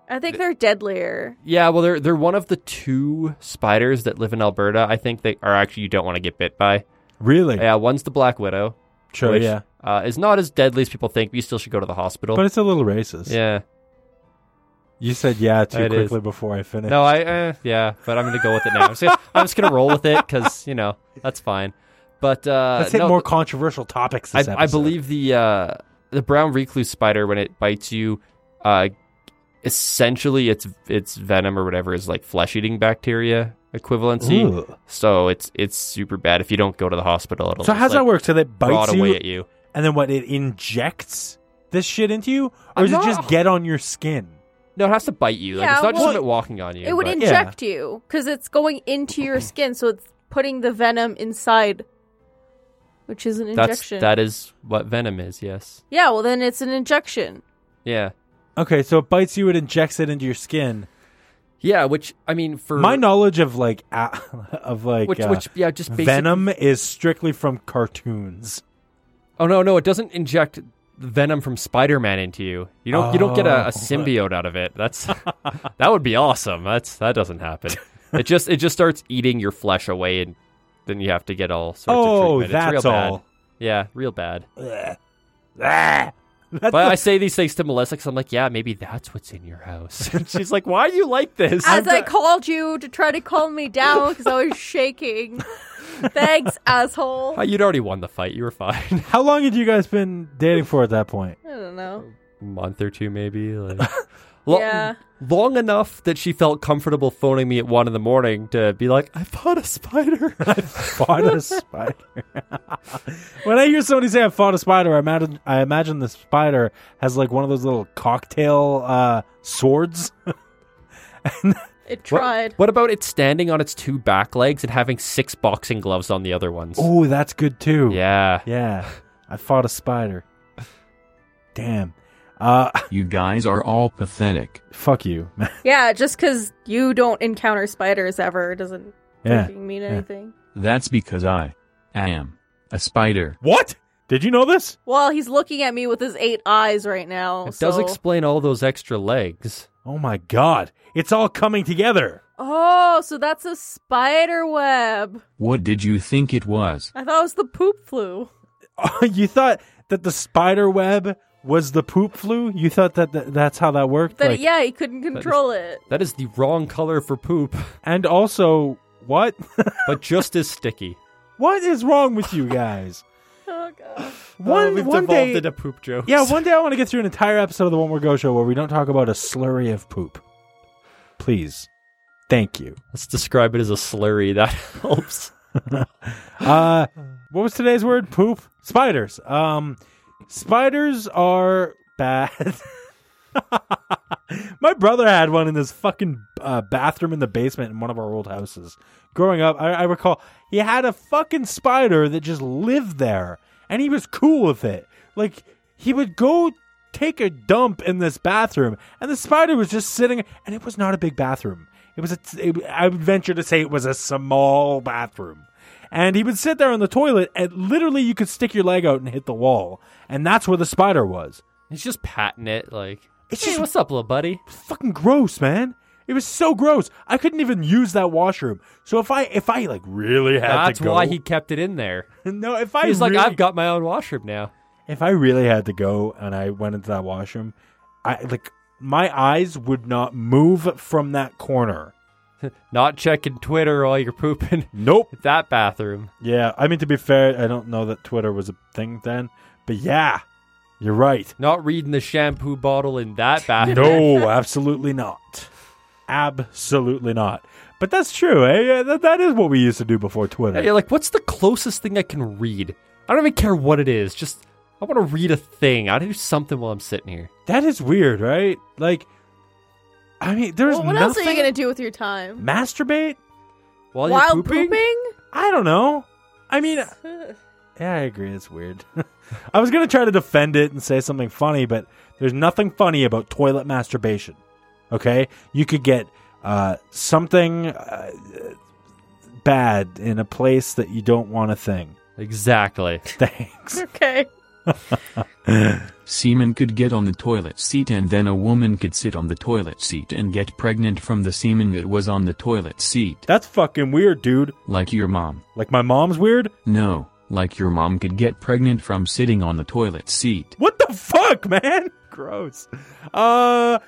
Speaker 5: I think they're deadlier.
Speaker 6: yeah. Well, they're they're one of the two spiders that live in Alberta. I think they are actually you don't want to get bit by.
Speaker 2: Really?
Speaker 6: Yeah, one's the black widow,
Speaker 2: Sure,
Speaker 6: which
Speaker 2: yeah.
Speaker 6: uh, is not as deadly as people think. But you still should go to the hospital.
Speaker 2: But it's a little racist.
Speaker 6: yeah.
Speaker 2: You said yeah too
Speaker 6: It is.
Speaker 2: quickly before I finished.
Speaker 6: No, I uh, yeah, but I'm gonna go with it now. I'm just gonna, I'm just gonna roll with it because you know that's fine. But uh,
Speaker 2: Let's hit
Speaker 6: no,
Speaker 2: more controversial topics
Speaker 6: I,
Speaker 2: this
Speaker 6: I
Speaker 2: episode.
Speaker 6: believe the uh, the brown recluse spider when it bites you, uh, essentially its its venom or whatever is like flesh eating bacteria equivalency.
Speaker 2: Ooh.
Speaker 6: So it's it's super bad if you don't go to the hospital. It'll
Speaker 2: So
Speaker 6: just,
Speaker 2: how's that
Speaker 6: like,
Speaker 2: work? So that bites
Speaker 6: rot
Speaker 2: you,
Speaker 6: away at you.
Speaker 2: and then what? It injects this shit into you, or
Speaker 6: I'm
Speaker 2: does it just
Speaker 6: not-
Speaker 2: get on your skin?
Speaker 6: No, it has to bite you. Like,
Speaker 5: Yeah,
Speaker 6: it's not just
Speaker 5: well,
Speaker 6: of it walking on you.
Speaker 5: it would
Speaker 6: but-
Speaker 2: yeah.
Speaker 5: inject you because it's going into your skin, so it's putting the venom inside, which is an
Speaker 6: that's
Speaker 5: injection.
Speaker 6: that is what venom is. Yes.
Speaker 5: Yeah, well then it's an injection.
Speaker 6: Yeah.
Speaker 2: Okay, so it bites you, it injects it into your skin.
Speaker 6: Yeah. Which I mean, for
Speaker 2: My knowledge of like a- of like
Speaker 6: Er, which
Speaker 2: uh,
Speaker 6: which yeah, just basic
Speaker 2: venom is strictly from cartoons.
Speaker 6: Oh no, no, it doesn't inject venom from Spider-Man into you. You don't. you don't get a,
Speaker 2: Oh.
Speaker 6: a symbiote out of it. That's that would be awesome. That's that doesn't happen. It just it just starts eating your flesh away, and then you have to get all sorts
Speaker 2: oh,
Speaker 6: of treatment.
Speaker 2: that's
Speaker 6: it's real
Speaker 2: all.
Speaker 6: Bad. Yeah, real bad.
Speaker 2: Ugh. Ah. That's
Speaker 6: But I say these things to Melissa because I'm like, yeah, maybe that's what's in your house. And she's like, why are you like this?
Speaker 5: As I called you to try to calm me down because I was shaking. Thanks, asshole.
Speaker 6: Oh, You'd already won the fight. You were fine.
Speaker 2: How long had you guys been dating for at that point?
Speaker 5: I don't know.
Speaker 6: month or two, maybe. Like, lo-
Speaker 5: Yeah.
Speaker 6: long enough that she felt comfortable phoning me at one in the morning to be like, "I fought a spider."
Speaker 2: Fought a spider. when I hear somebody say I fought a spider, I imagine I imagine the spider has like one of those little cocktail uh, swords.
Speaker 5: It tried.
Speaker 6: what, what about it standing on its two back legs and having six boxing gloves on the other ones?
Speaker 2: Oh, that's good too.
Speaker 6: Yeah,
Speaker 2: Yeah. I fought a spider. Damn. Uh,
Speaker 4: You guys are all pathetic.
Speaker 2: fuck you.
Speaker 5: Yeah, just because you don't encounter spiders ever doesn't
Speaker 2: yeah.
Speaker 5: fucking mean anything.
Speaker 4: That's because I am a spider.
Speaker 2: What? Did you know this?
Speaker 5: Well, he's looking at me with his eight eyes right now.
Speaker 6: it
Speaker 5: so.
Speaker 6: does explain all those extra legs.
Speaker 2: Oh my god. It's all coming together.
Speaker 5: oh, so that's a spider web.
Speaker 4: What did you think it was?
Speaker 5: I thought it was the poop flu.
Speaker 2: you thought that the spider web was the poop flu? You thought that th- that's how that worked?
Speaker 5: That
Speaker 2: Like-
Speaker 5: yeah, he couldn't control it.
Speaker 6: That is the wrong color for poop,
Speaker 2: And also, what?
Speaker 6: but just as sticky.
Speaker 2: what is wrong with you guys?
Speaker 5: Oh god.
Speaker 2: One
Speaker 6: Oh, we've
Speaker 2: one
Speaker 6: devolved
Speaker 2: day,
Speaker 6: into poop jokes.
Speaker 2: yeah, one day I want to get through an entire episode of the One More Go Show where we don't talk about a slurry of poop. Please, thank you.
Speaker 6: Let's describe it as a slurry. That helps.
Speaker 2: Uh, what was today's word? Poop. Spiders. Um, spiders are bad. My brother had one in this fucking uh, bathroom in the basement in one of our old houses. Growing up, I, I recall he had a fucking spider that just lived there, and he was cool with it. Like he would go take a dump in this bathroom, and the spider was just sitting. And it was not a big bathroom. It was. A, it, I would venture to say it was a small bathroom. And he would sit there on the toilet, and literally you could stick your leg out and hit the wall, and that's where the spider was.
Speaker 6: He's just patting it, like,
Speaker 2: It's
Speaker 6: hey,
Speaker 2: just-
Speaker 6: what's up, little buddy?
Speaker 2: fucking gross, man. It was so gross. I couldn't even use that washroom. So if I if I like really had
Speaker 6: That's
Speaker 2: to go,
Speaker 6: why he kept it in there.
Speaker 2: no. If I
Speaker 6: He's
Speaker 2: really,
Speaker 6: like, I've got my own washroom now.
Speaker 2: if I really had to go and I went into that washroom, I like my eyes would not move from that corner.
Speaker 6: Not checking Twitter while you're pooping
Speaker 2: Nope.
Speaker 6: at that bathroom.
Speaker 2: Yeah, I mean to be fair, I don't know that Twitter was a thing then, but yeah, you're right.
Speaker 6: Not reading the shampoo bottle in that bathroom.
Speaker 2: No, absolutely not. Absolutely not. But that's true. Eh? Yeah, That, that is what we used to do before Twitter.
Speaker 6: You're like, what's the closest thing I can read? I don't even care what it is. Just, I want to read a thing. I do something while I'm sitting here.
Speaker 2: That is weird, right? Like, I mean, there's
Speaker 5: Well, what else
Speaker 2: nothing.
Speaker 5: are you gonna do with your time?
Speaker 2: Masturbate?
Speaker 6: While,
Speaker 5: While
Speaker 6: you're pooping?
Speaker 2: I don't know. I mean, yeah, I agree. It's weird. I was gonna try to defend it and say something funny, but there's nothing funny about toilet masturbation. Okay, you could get uh, something uh, bad in a place that you don't want a thing.
Speaker 6: Exactly.
Speaker 2: Thanks.
Speaker 5: Okay.
Speaker 4: Semen could get on the toilet seat and then a woman could sit on the toilet seat and get pregnant from the semen that was on the toilet seat.
Speaker 2: That's fucking weird, dude.
Speaker 4: Like your mom.
Speaker 2: Like my mom's weird.
Speaker 4: No, like your mom could get pregnant from sitting on the toilet seat.
Speaker 2: What the fuck, man? Gross. Uh,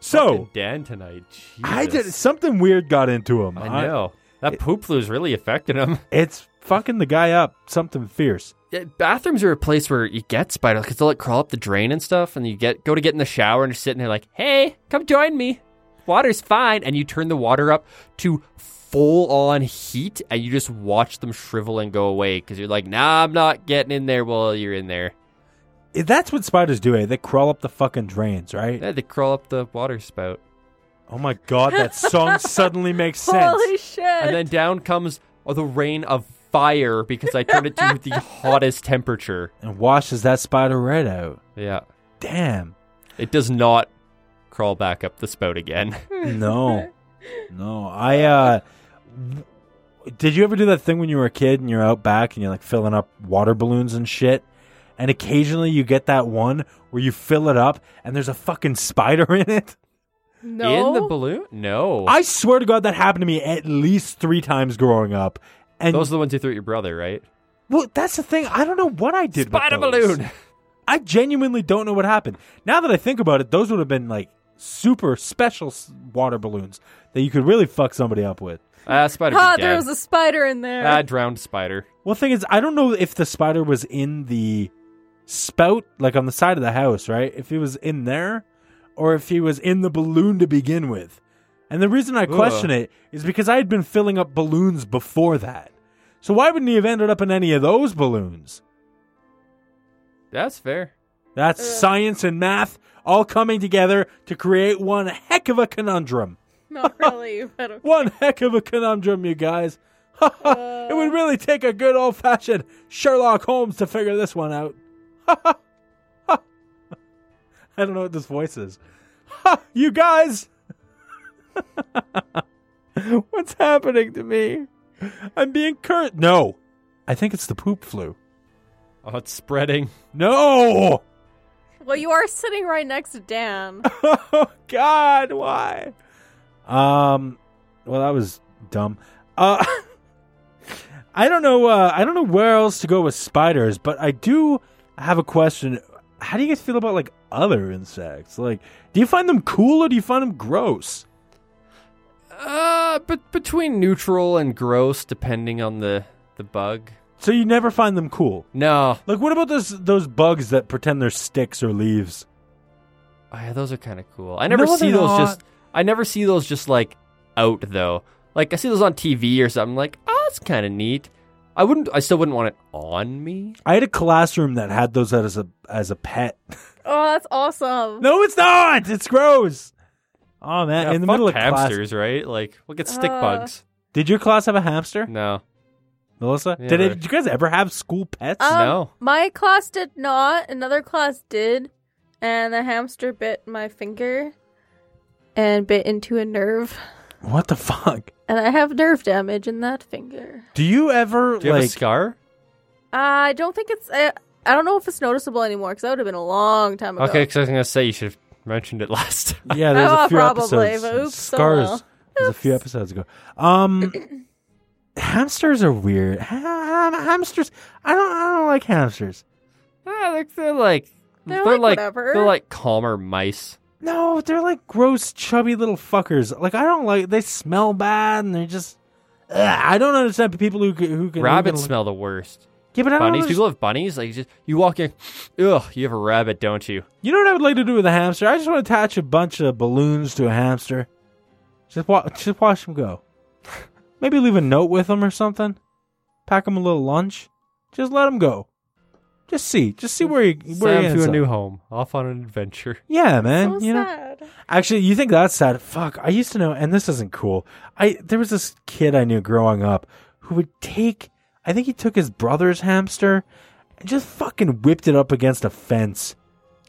Speaker 2: so
Speaker 6: Fucking Dan tonight.
Speaker 2: I
Speaker 6: Jesus.
Speaker 2: did something weird got into him.
Speaker 6: I know. That poop flu's really affecting him.
Speaker 2: it's fucking the guy up. Something fierce.
Speaker 6: Yeah, bathrooms are a place where you get spiders because they'll like crawl up the drain and stuff, and you get go to get in the shower and you're sitting there like, "Hey, come join me. Water's fine." And you turn the water up to full on heat, and you just watch them shrivel and go away because you're like, "Nah, I'm not getting in there while you're in there."
Speaker 2: Eh, That's what spiders do. Eh? They crawl up the fucking drains, right?
Speaker 6: Yeah, they crawl up the water spout,
Speaker 2: Oh my god, that song suddenly makes sense.
Speaker 5: Holy shit!
Speaker 6: and then down comes oh, the rain of fire because I turned it to the hottest temperature.
Speaker 2: and washes that spider right out.
Speaker 6: Yeah,
Speaker 2: Damn.
Speaker 6: it does not crawl back up the spout again.
Speaker 2: No, no. I uh, w- did you ever do that thing when you were a kid and you're out back and you're like filling up water balloons and shit? And occasionally you get that one where you fill it up and there's a fucking spider in it.
Speaker 5: no.
Speaker 6: In the balloon? No.
Speaker 2: I swear to God, that happened to me at least three times growing up. And
Speaker 6: Those are the ones you threw at your brother, right?
Speaker 2: well, that's the thing. I don't know what I did. with
Speaker 6: Spider
Speaker 2: those.
Speaker 6: balloon.
Speaker 2: I genuinely don't know what happened. Now that I think about it, those would have been like super special s- water balloons that you could really fuck somebody up with.
Speaker 6: Ah, spider.
Speaker 5: ha,
Speaker 6: Ah,
Speaker 5: there was a spider in there.
Speaker 6: ah, drowned spider.
Speaker 2: Well, thing is, I don't know if the spider was in the spout, like on the side of the house, right? If he was in there, or if he was in the balloon to begin with. And the reason I question it is because I had been filling up balloons before that. So why wouldn't he have ended up in any of those balloons?
Speaker 6: That's fair.
Speaker 2: That's science and math all coming together to create one heck of a conundrum.
Speaker 5: Not really, but okay.
Speaker 2: One heck of a conundrum, you guys. it would really take a good old fashioned Sherlock Holmes to figure this one out. I don't know what this voice is. Ha! You guys! What's happening to me? I'm being cursed. No. I think it's the poop flu.
Speaker 6: Oh, it's spreading.
Speaker 2: No!
Speaker 5: well, you are sitting right next to Dan.
Speaker 2: oh God, why? Um, well, that was dumb. Uh, I don't know. Uh, I don't know where else to go with spiders, but I do have a question. How do you guys feel about like other insects? Like, do you find them cool or do you find them gross?
Speaker 6: Uh, but between neutral and gross, depending on the the bug.
Speaker 2: So you never find them cool.
Speaker 6: No,
Speaker 2: Like, what about those those bugs that pretend they're sticks or leaves?
Speaker 6: oh, yeah, those are kind of cool. I never
Speaker 2: No,
Speaker 6: see
Speaker 2: they're
Speaker 6: those.
Speaker 2: not.
Speaker 6: Just I never see those just like out though. Like I see those on TV or something. Like, oh, that's kind of neat. I wouldn't. I still wouldn't want it on me.
Speaker 2: I had a classroom that had those as a as a pet.
Speaker 5: Oh, that's awesome.
Speaker 2: no, it's not. It's gross. Oh man,
Speaker 6: Yeah,
Speaker 2: in the
Speaker 6: fuck
Speaker 2: middle of class,
Speaker 6: hamsters, right? Like, we'll get stick
Speaker 5: Uh,
Speaker 6: bugs.
Speaker 2: Did your class have a hamster,
Speaker 6: No,
Speaker 2: Melissa?
Speaker 6: Yeah,
Speaker 2: did, it,
Speaker 6: right.
Speaker 5: Uh,
Speaker 2: did you guys ever have school pets?
Speaker 5: Um,
Speaker 6: No.
Speaker 5: My class did not. Another class did. and the hamster bit my finger and bit into a nerve.
Speaker 2: What the fuck?
Speaker 5: And I have nerve damage in that finger. Uh,
Speaker 2: Do you ever
Speaker 6: Do you
Speaker 2: like?
Speaker 6: have a scar?
Speaker 5: I don't think it's. I, I don't know if it's noticeable anymore because that would have been a long time ago.
Speaker 6: Okay, because I was gonna say you should have mentioned it last. time.
Speaker 2: yeah, there's
Speaker 5: Oh,
Speaker 2: a few
Speaker 5: probably,
Speaker 2: episodes.
Speaker 5: but oops, so
Speaker 2: Scars.
Speaker 5: well.
Speaker 2: There's a few episodes ago. Um, hamsters are weird. Ha- ha- hamsters. I don't. I don't like hamsters.
Speaker 6: Ah, they're, they're like
Speaker 5: They're
Speaker 6: they're,
Speaker 5: like
Speaker 6: like
Speaker 5: whatever.
Speaker 6: they're like calmer mice.
Speaker 2: No, they're like gross, chubby little fuckers. Like I don't like. They smell bad, and they're just. Ugh, I don't understand people who c- who can.
Speaker 6: Rabbits
Speaker 2: who can,
Speaker 6: smell the worst.
Speaker 2: Yeah, but I don't
Speaker 6: Bunnies,
Speaker 2: understand-
Speaker 6: people have bunnies. Like you just you walk in, ugh, you have a rabbit, don't you?
Speaker 2: You know what I would like to do with a hamster? I just want to attach a bunch of balloons to a hamster. Just wa- just watch them go. Maybe leave a note with them or something. Pack them a little lunch. Just let them go. Just see, just see where you where you
Speaker 6: Sam to
Speaker 2: ends
Speaker 6: a
Speaker 2: up.
Speaker 6: new home, off on an adventure.
Speaker 2: Yeah, man.
Speaker 5: so
Speaker 2: you know,
Speaker 5: sad.
Speaker 2: actually, you think that's sad? Fuck, I used to know, and this isn't cool. I there was this kid I knew growing up who would take. I think he took his brother's hamster and just fucking whipped it up against a fence.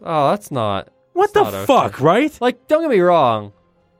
Speaker 6: Oh, that's not
Speaker 2: What
Speaker 6: That's
Speaker 2: the
Speaker 6: not
Speaker 2: fuck,
Speaker 6: okay.
Speaker 2: right?
Speaker 6: like. Don't get me wrong,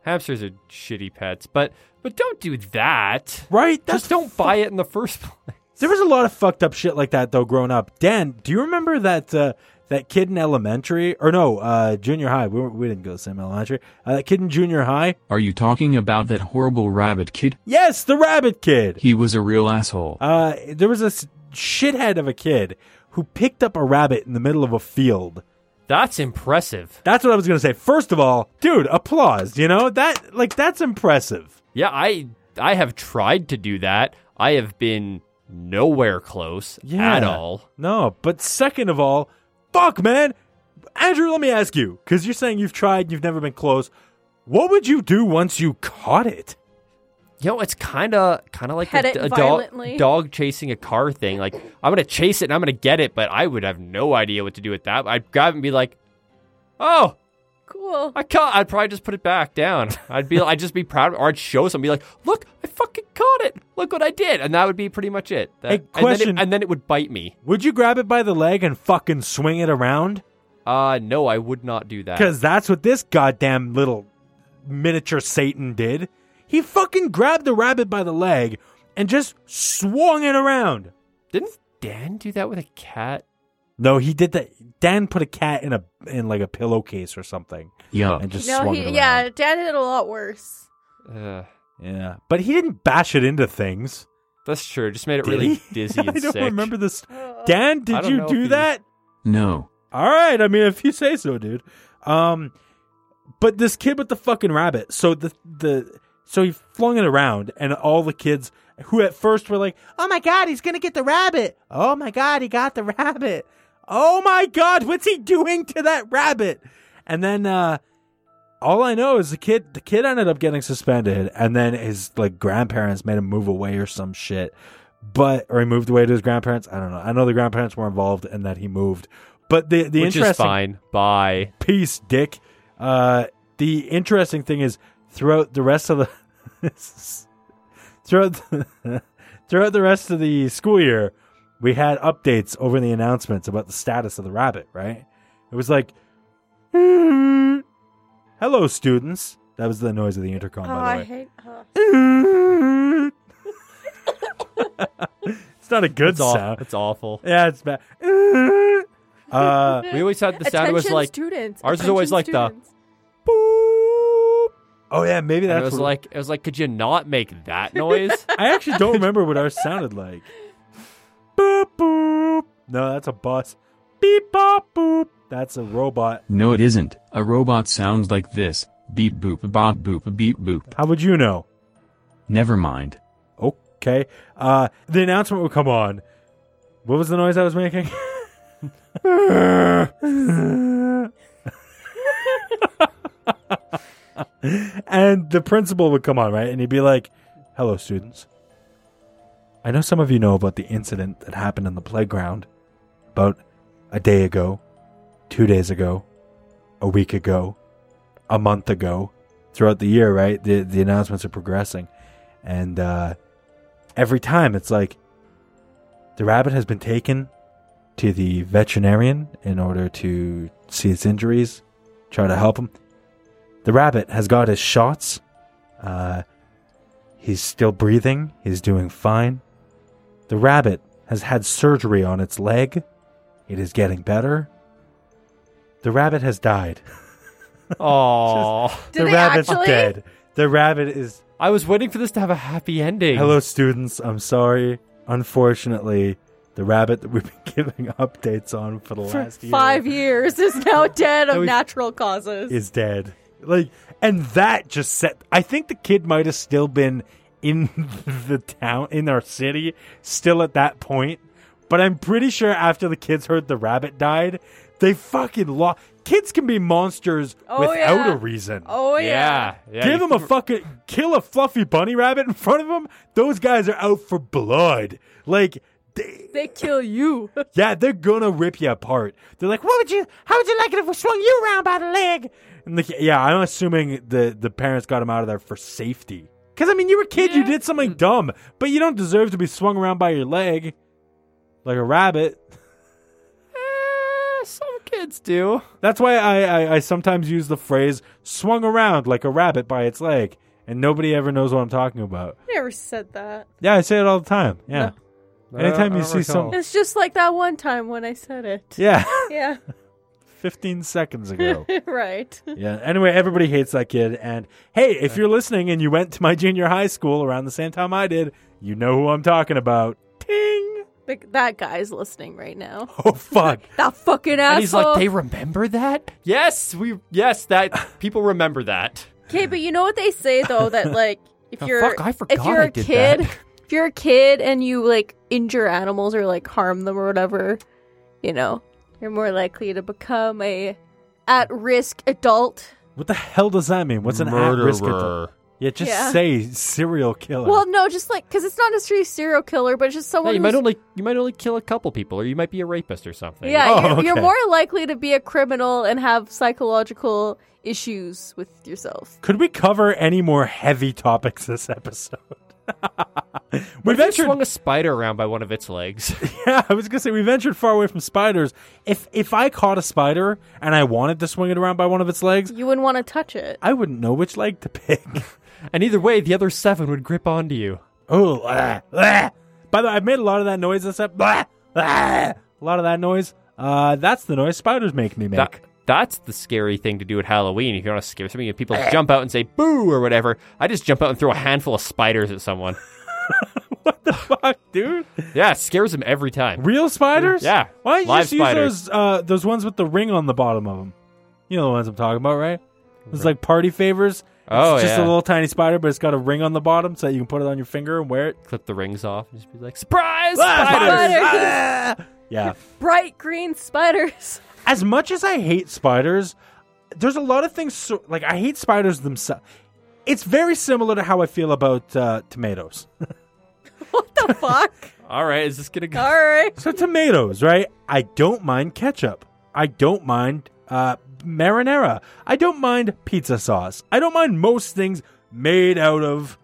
Speaker 6: hamsters are shitty pets, but but don't do that.
Speaker 2: Right?
Speaker 6: Just don't buy it in the first place.
Speaker 2: There was a lot of fucked up shit like that though growing up. Dan, do you remember that uh, that kid in elementary or no, uh, junior high? We, weren't- we didn't go to the same elementary. Uh, that kid in junior high?
Speaker 4: Are you talking about that horrible rabbit kid?
Speaker 2: Yes, the rabbit kid.
Speaker 4: He was a real asshole.
Speaker 2: Uh, there was this shithead of a kid who picked up a rabbit in the middle of a field.
Speaker 6: That's impressive.
Speaker 2: That's what I was gonna say. First of all, dude, applause. You know that like that's impressive.
Speaker 6: Yeah, I I have tried to do that. I have been nowhere close
Speaker 2: Yeah.
Speaker 6: at all.
Speaker 2: No, but second of all, fuck, man. Andrew, let me ask you, because you're saying you've tried and you've never been close. What would you do once you caught it?
Speaker 6: You know, it's kind of kind of like
Speaker 5: Pet
Speaker 6: a,
Speaker 5: it
Speaker 6: a dog
Speaker 5: violently.
Speaker 6: dog chasing a car thing. Like I'm gonna chase it and I'm gonna get it, but I would have no idea what to do with that. I'd grab it and be like, "Oh,
Speaker 5: Cool.
Speaker 6: I caught!" I'd probably just put it back down. I'd be, I'd just be proud, or I'd show some, be like, "Look, I fucking caught it! Look what I did!" And that would be pretty much it. That-
Speaker 2: Hey,
Speaker 6: and then it-
Speaker 2: question.
Speaker 6: and then it would bite me.
Speaker 2: Would you grab it by the leg and fucking swing it around?
Speaker 6: Uh no, I would not do that.
Speaker 2: Because that's what this goddamn little miniature Satan did. He fucking grabbed the rabbit by the leg and just swung it around.
Speaker 6: Didn't Dan do that with a cat?
Speaker 2: No, he did that. Dan put a cat in a in like a pillowcase or something
Speaker 4: Yup.
Speaker 2: and just
Speaker 5: No,
Speaker 2: swung
Speaker 5: he,
Speaker 2: it around.
Speaker 5: yeah, Dad did a lot worse.
Speaker 6: Uh,
Speaker 2: yeah, but he didn't bash it into things.
Speaker 6: that's true. It Just made it
Speaker 2: Did
Speaker 6: really
Speaker 2: he?
Speaker 6: dizzy and
Speaker 2: I don't
Speaker 6: sick.
Speaker 2: remember this. Dan,
Speaker 6: I
Speaker 2: did
Speaker 6: don't
Speaker 2: you
Speaker 6: know if
Speaker 2: do
Speaker 6: he-
Speaker 2: that?
Speaker 4: No.
Speaker 2: All right. I mean, if you say so, dude. Um, but this kid with the fucking rabbit. So the the so he flung it around, and all the kids who at first were like, "Oh my god, he's gonna get the rabbit! Oh my god, he got the rabbit! Oh my god, what's he doing to that rabbit?" And then uh, all I know is the kid the kid ended up getting suspended, and then his like grandparents made him move away or some shit. But or he moved away to his grandparents. I don't know. I know the grandparents were involved and that he moved. But the the
Speaker 6: Which is
Speaker 2: interesting
Speaker 6: fine. Bye.
Speaker 2: peace, dick. Uh, the interesting thing is throughout the rest of the throughout the, throughout the rest of the school year, we had updates over the announcements about the status of the rabbit. Right? It was like, "Hmm. "Hello, students." That was the noise of the intercom.
Speaker 5: oh,
Speaker 2: by the
Speaker 5: I
Speaker 2: way.
Speaker 5: hate. Oh.
Speaker 2: it's not a good
Speaker 6: It's aw-
Speaker 2: sound.
Speaker 6: It's awful.
Speaker 2: Yeah, it's bad. Uh,
Speaker 6: We always had the sound was
Speaker 5: Attention
Speaker 6: like
Speaker 5: students.
Speaker 6: ours is always
Speaker 5: Attention
Speaker 6: like the-
Speaker 5: students.
Speaker 2: oh yeah, maybe
Speaker 6: and
Speaker 2: that's
Speaker 6: it was
Speaker 2: what
Speaker 6: like it was like could you not make that noise?
Speaker 2: I actually don't remember what ours sounded like. Boop boop. No, that's a bus. Beep bop boop. That's a robot.
Speaker 4: No, it isn't. A robot sounds like this beep boop bop boop beep boop.
Speaker 2: How would you know?
Speaker 4: Never mind.
Speaker 2: Okay. Uh, the announcement would come on. What was the noise I was making? and the principal would come on, right? And he'd be like, Hello, students. I know some of you know about the incident that happened on the playground about a day ago, two days ago, a week ago, a month ago, throughout the year, right? The, the announcements are progressing. And, uh, every time it's like the rabbit has been taken to the veterinarian in order to see its injuries, try to help him. The rabbit has got his shots. Uh, he's still breathing. He's doing fine. The rabbit has had surgery on its leg. It is getting better. The rabbit has died.
Speaker 6: Aww.
Speaker 5: Did
Speaker 2: the
Speaker 5: they
Speaker 2: rabbit's
Speaker 5: actually?
Speaker 2: dead. The rabbit is.
Speaker 6: I was waiting for this to have a happy ending.
Speaker 2: Hello, students. I'm sorry. Unfortunately, the rabbit that we've been giving updates on for the last year
Speaker 5: Five years is now dead of
Speaker 2: was-
Speaker 5: natural causes.
Speaker 2: is dead. Like, and that just set. I think the kid might have still been in the town, in our city, still at that point. But I'm pretty sure after the kids heard the rabbit died, they fucking lost. Kids can be monsters
Speaker 5: Oh,
Speaker 2: without
Speaker 5: yeah.
Speaker 2: a reason.
Speaker 5: oh yeah.
Speaker 6: Yeah. yeah
Speaker 2: Give
Speaker 6: you-
Speaker 2: them a fucking kill a fluffy bunny rabbit in front of them. Those guys are out for blood. Like, they,
Speaker 5: They kill you.
Speaker 2: yeah, they're gonna rip you apart. They're like, "What would you? How would you like it if we swung you around by the leg?" And the, ki- yeah, I'm assuming the the parents got him out of there for safety. Because I mean, you were a kid, you did something dumb, but you don't deserve to be swung around by your leg like a rabbit.
Speaker 6: Eh, some kids do.
Speaker 2: That's why I, I I sometimes use the phrase "swung around like a rabbit by its leg," and nobody ever knows what I'm talking about.
Speaker 5: Never said that.
Speaker 2: Yeah, I say it all the time. Yeah. Anytime
Speaker 6: I
Speaker 2: you
Speaker 6: don't
Speaker 2: see
Speaker 6: recall.
Speaker 2: some,
Speaker 5: It's just like that one time when I said it.
Speaker 2: yeah,
Speaker 5: Yeah.
Speaker 2: 15 seconds ago.
Speaker 5: right.
Speaker 2: Yeah. Anyway, everybody hates that kid. And hey, if you're listening and you went to my junior high school around the same time I did, you know who I'm talking about. Ting.
Speaker 5: Like, that guy's listening right now.
Speaker 2: Oh fuck.
Speaker 5: That fucking asshole.
Speaker 6: And he's like, they remember that? Yes, we. Yes, that people remember that.
Speaker 5: Okay, but you know what they say though that like if
Speaker 6: Oh,
Speaker 5: you're
Speaker 6: fuck, I
Speaker 5: if
Speaker 6: forgot
Speaker 5: you're
Speaker 6: I
Speaker 5: a
Speaker 6: did
Speaker 5: kid,
Speaker 6: that.
Speaker 5: if you're a kid and you like injure animals or like harm them or whatever, you know, you're more likely to become a at-risk adult.
Speaker 2: what the hell does that mean? What's an at-risk adult? Yeah, just
Speaker 5: Yeah.
Speaker 2: say serial killer.
Speaker 5: Well, no, just like cuz it's not necessarily serial killer, but it's just
Speaker 6: Yeah,
Speaker 5: someone
Speaker 6: you
Speaker 5: who's
Speaker 6: might only you might only kill a couple people, or you might be a rapist or something.
Speaker 5: Yeah,
Speaker 2: Oh,
Speaker 5: you're, you're
Speaker 2: okay.
Speaker 5: more likely to be a criminal and have psychological issues with yourself.
Speaker 2: Could we cover any more heavy topics this episode? we
Speaker 6: What if you
Speaker 2: ventured.
Speaker 6: swung a spider around by one of its legs.
Speaker 2: Yeah, I was gonna say we ventured far away from spiders. If if I caught a spider and I wanted to swing it around by one of its legs,
Speaker 5: You wouldn't want to touch it.
Speaker 2: I wouldn't know which leg to pick.
Speaker 6: and either way, the other seven would grip onto you.
Speaker 2: Oh, ah, ah. by the way, I've made a lot of that noise this episode. A lot of that noise. Uh, that's the noise spiders make me make.
Speaker 6: That, that's the scary thing to do at Halloween. If you want to scare something, people jump out and say "boo" or whatever. I just jump out and throw a handful of spiders at someone.
Speaker 2: what the fuck, dude?
Speaker 6: Yeah, it scares them every time.
Speaker 2: Real spiders?
Speaker 6: Yeah,
Speaker 2: Why don't you
Speaker 6: live
Speaker 2: just
Speaker 6: spiders.
Speaker 2: use those uh, those ones with the ring on the bottom of them? You know the ones I'm talking about, right? It's like party favors.
Speaker 6: Oh,
Speaker 2: it's just a
Speaker 6: yeah.
Speaker 2: little tiny spider, but it's got a ring on the bottom so that you can put it on your finger and wear it.
Speaker 6: Clip the rings off and just be like, "Surprise!"
Speaker 2: Ah,
Speaker 6: spiders!"
Speaker 5: Spiders.
Speaker 2: Ah! Yeah.
Speaker 5: Bright green spiders.
Speaker 2: as much as I hate spiders, there's a lot of things so, like I hate spiders themselves. It's very similar to how I feel about uh, tomatoes.
Speaker 5: what the fuck?
Speaker 6: All right, is this gonna go?
Speaker 5: All right.
Speaker 2: So tomatoes, right? I don't mind ketchup. I don't mind uh, marinara. I don't mind pizza sauce. I don't mind most things made out of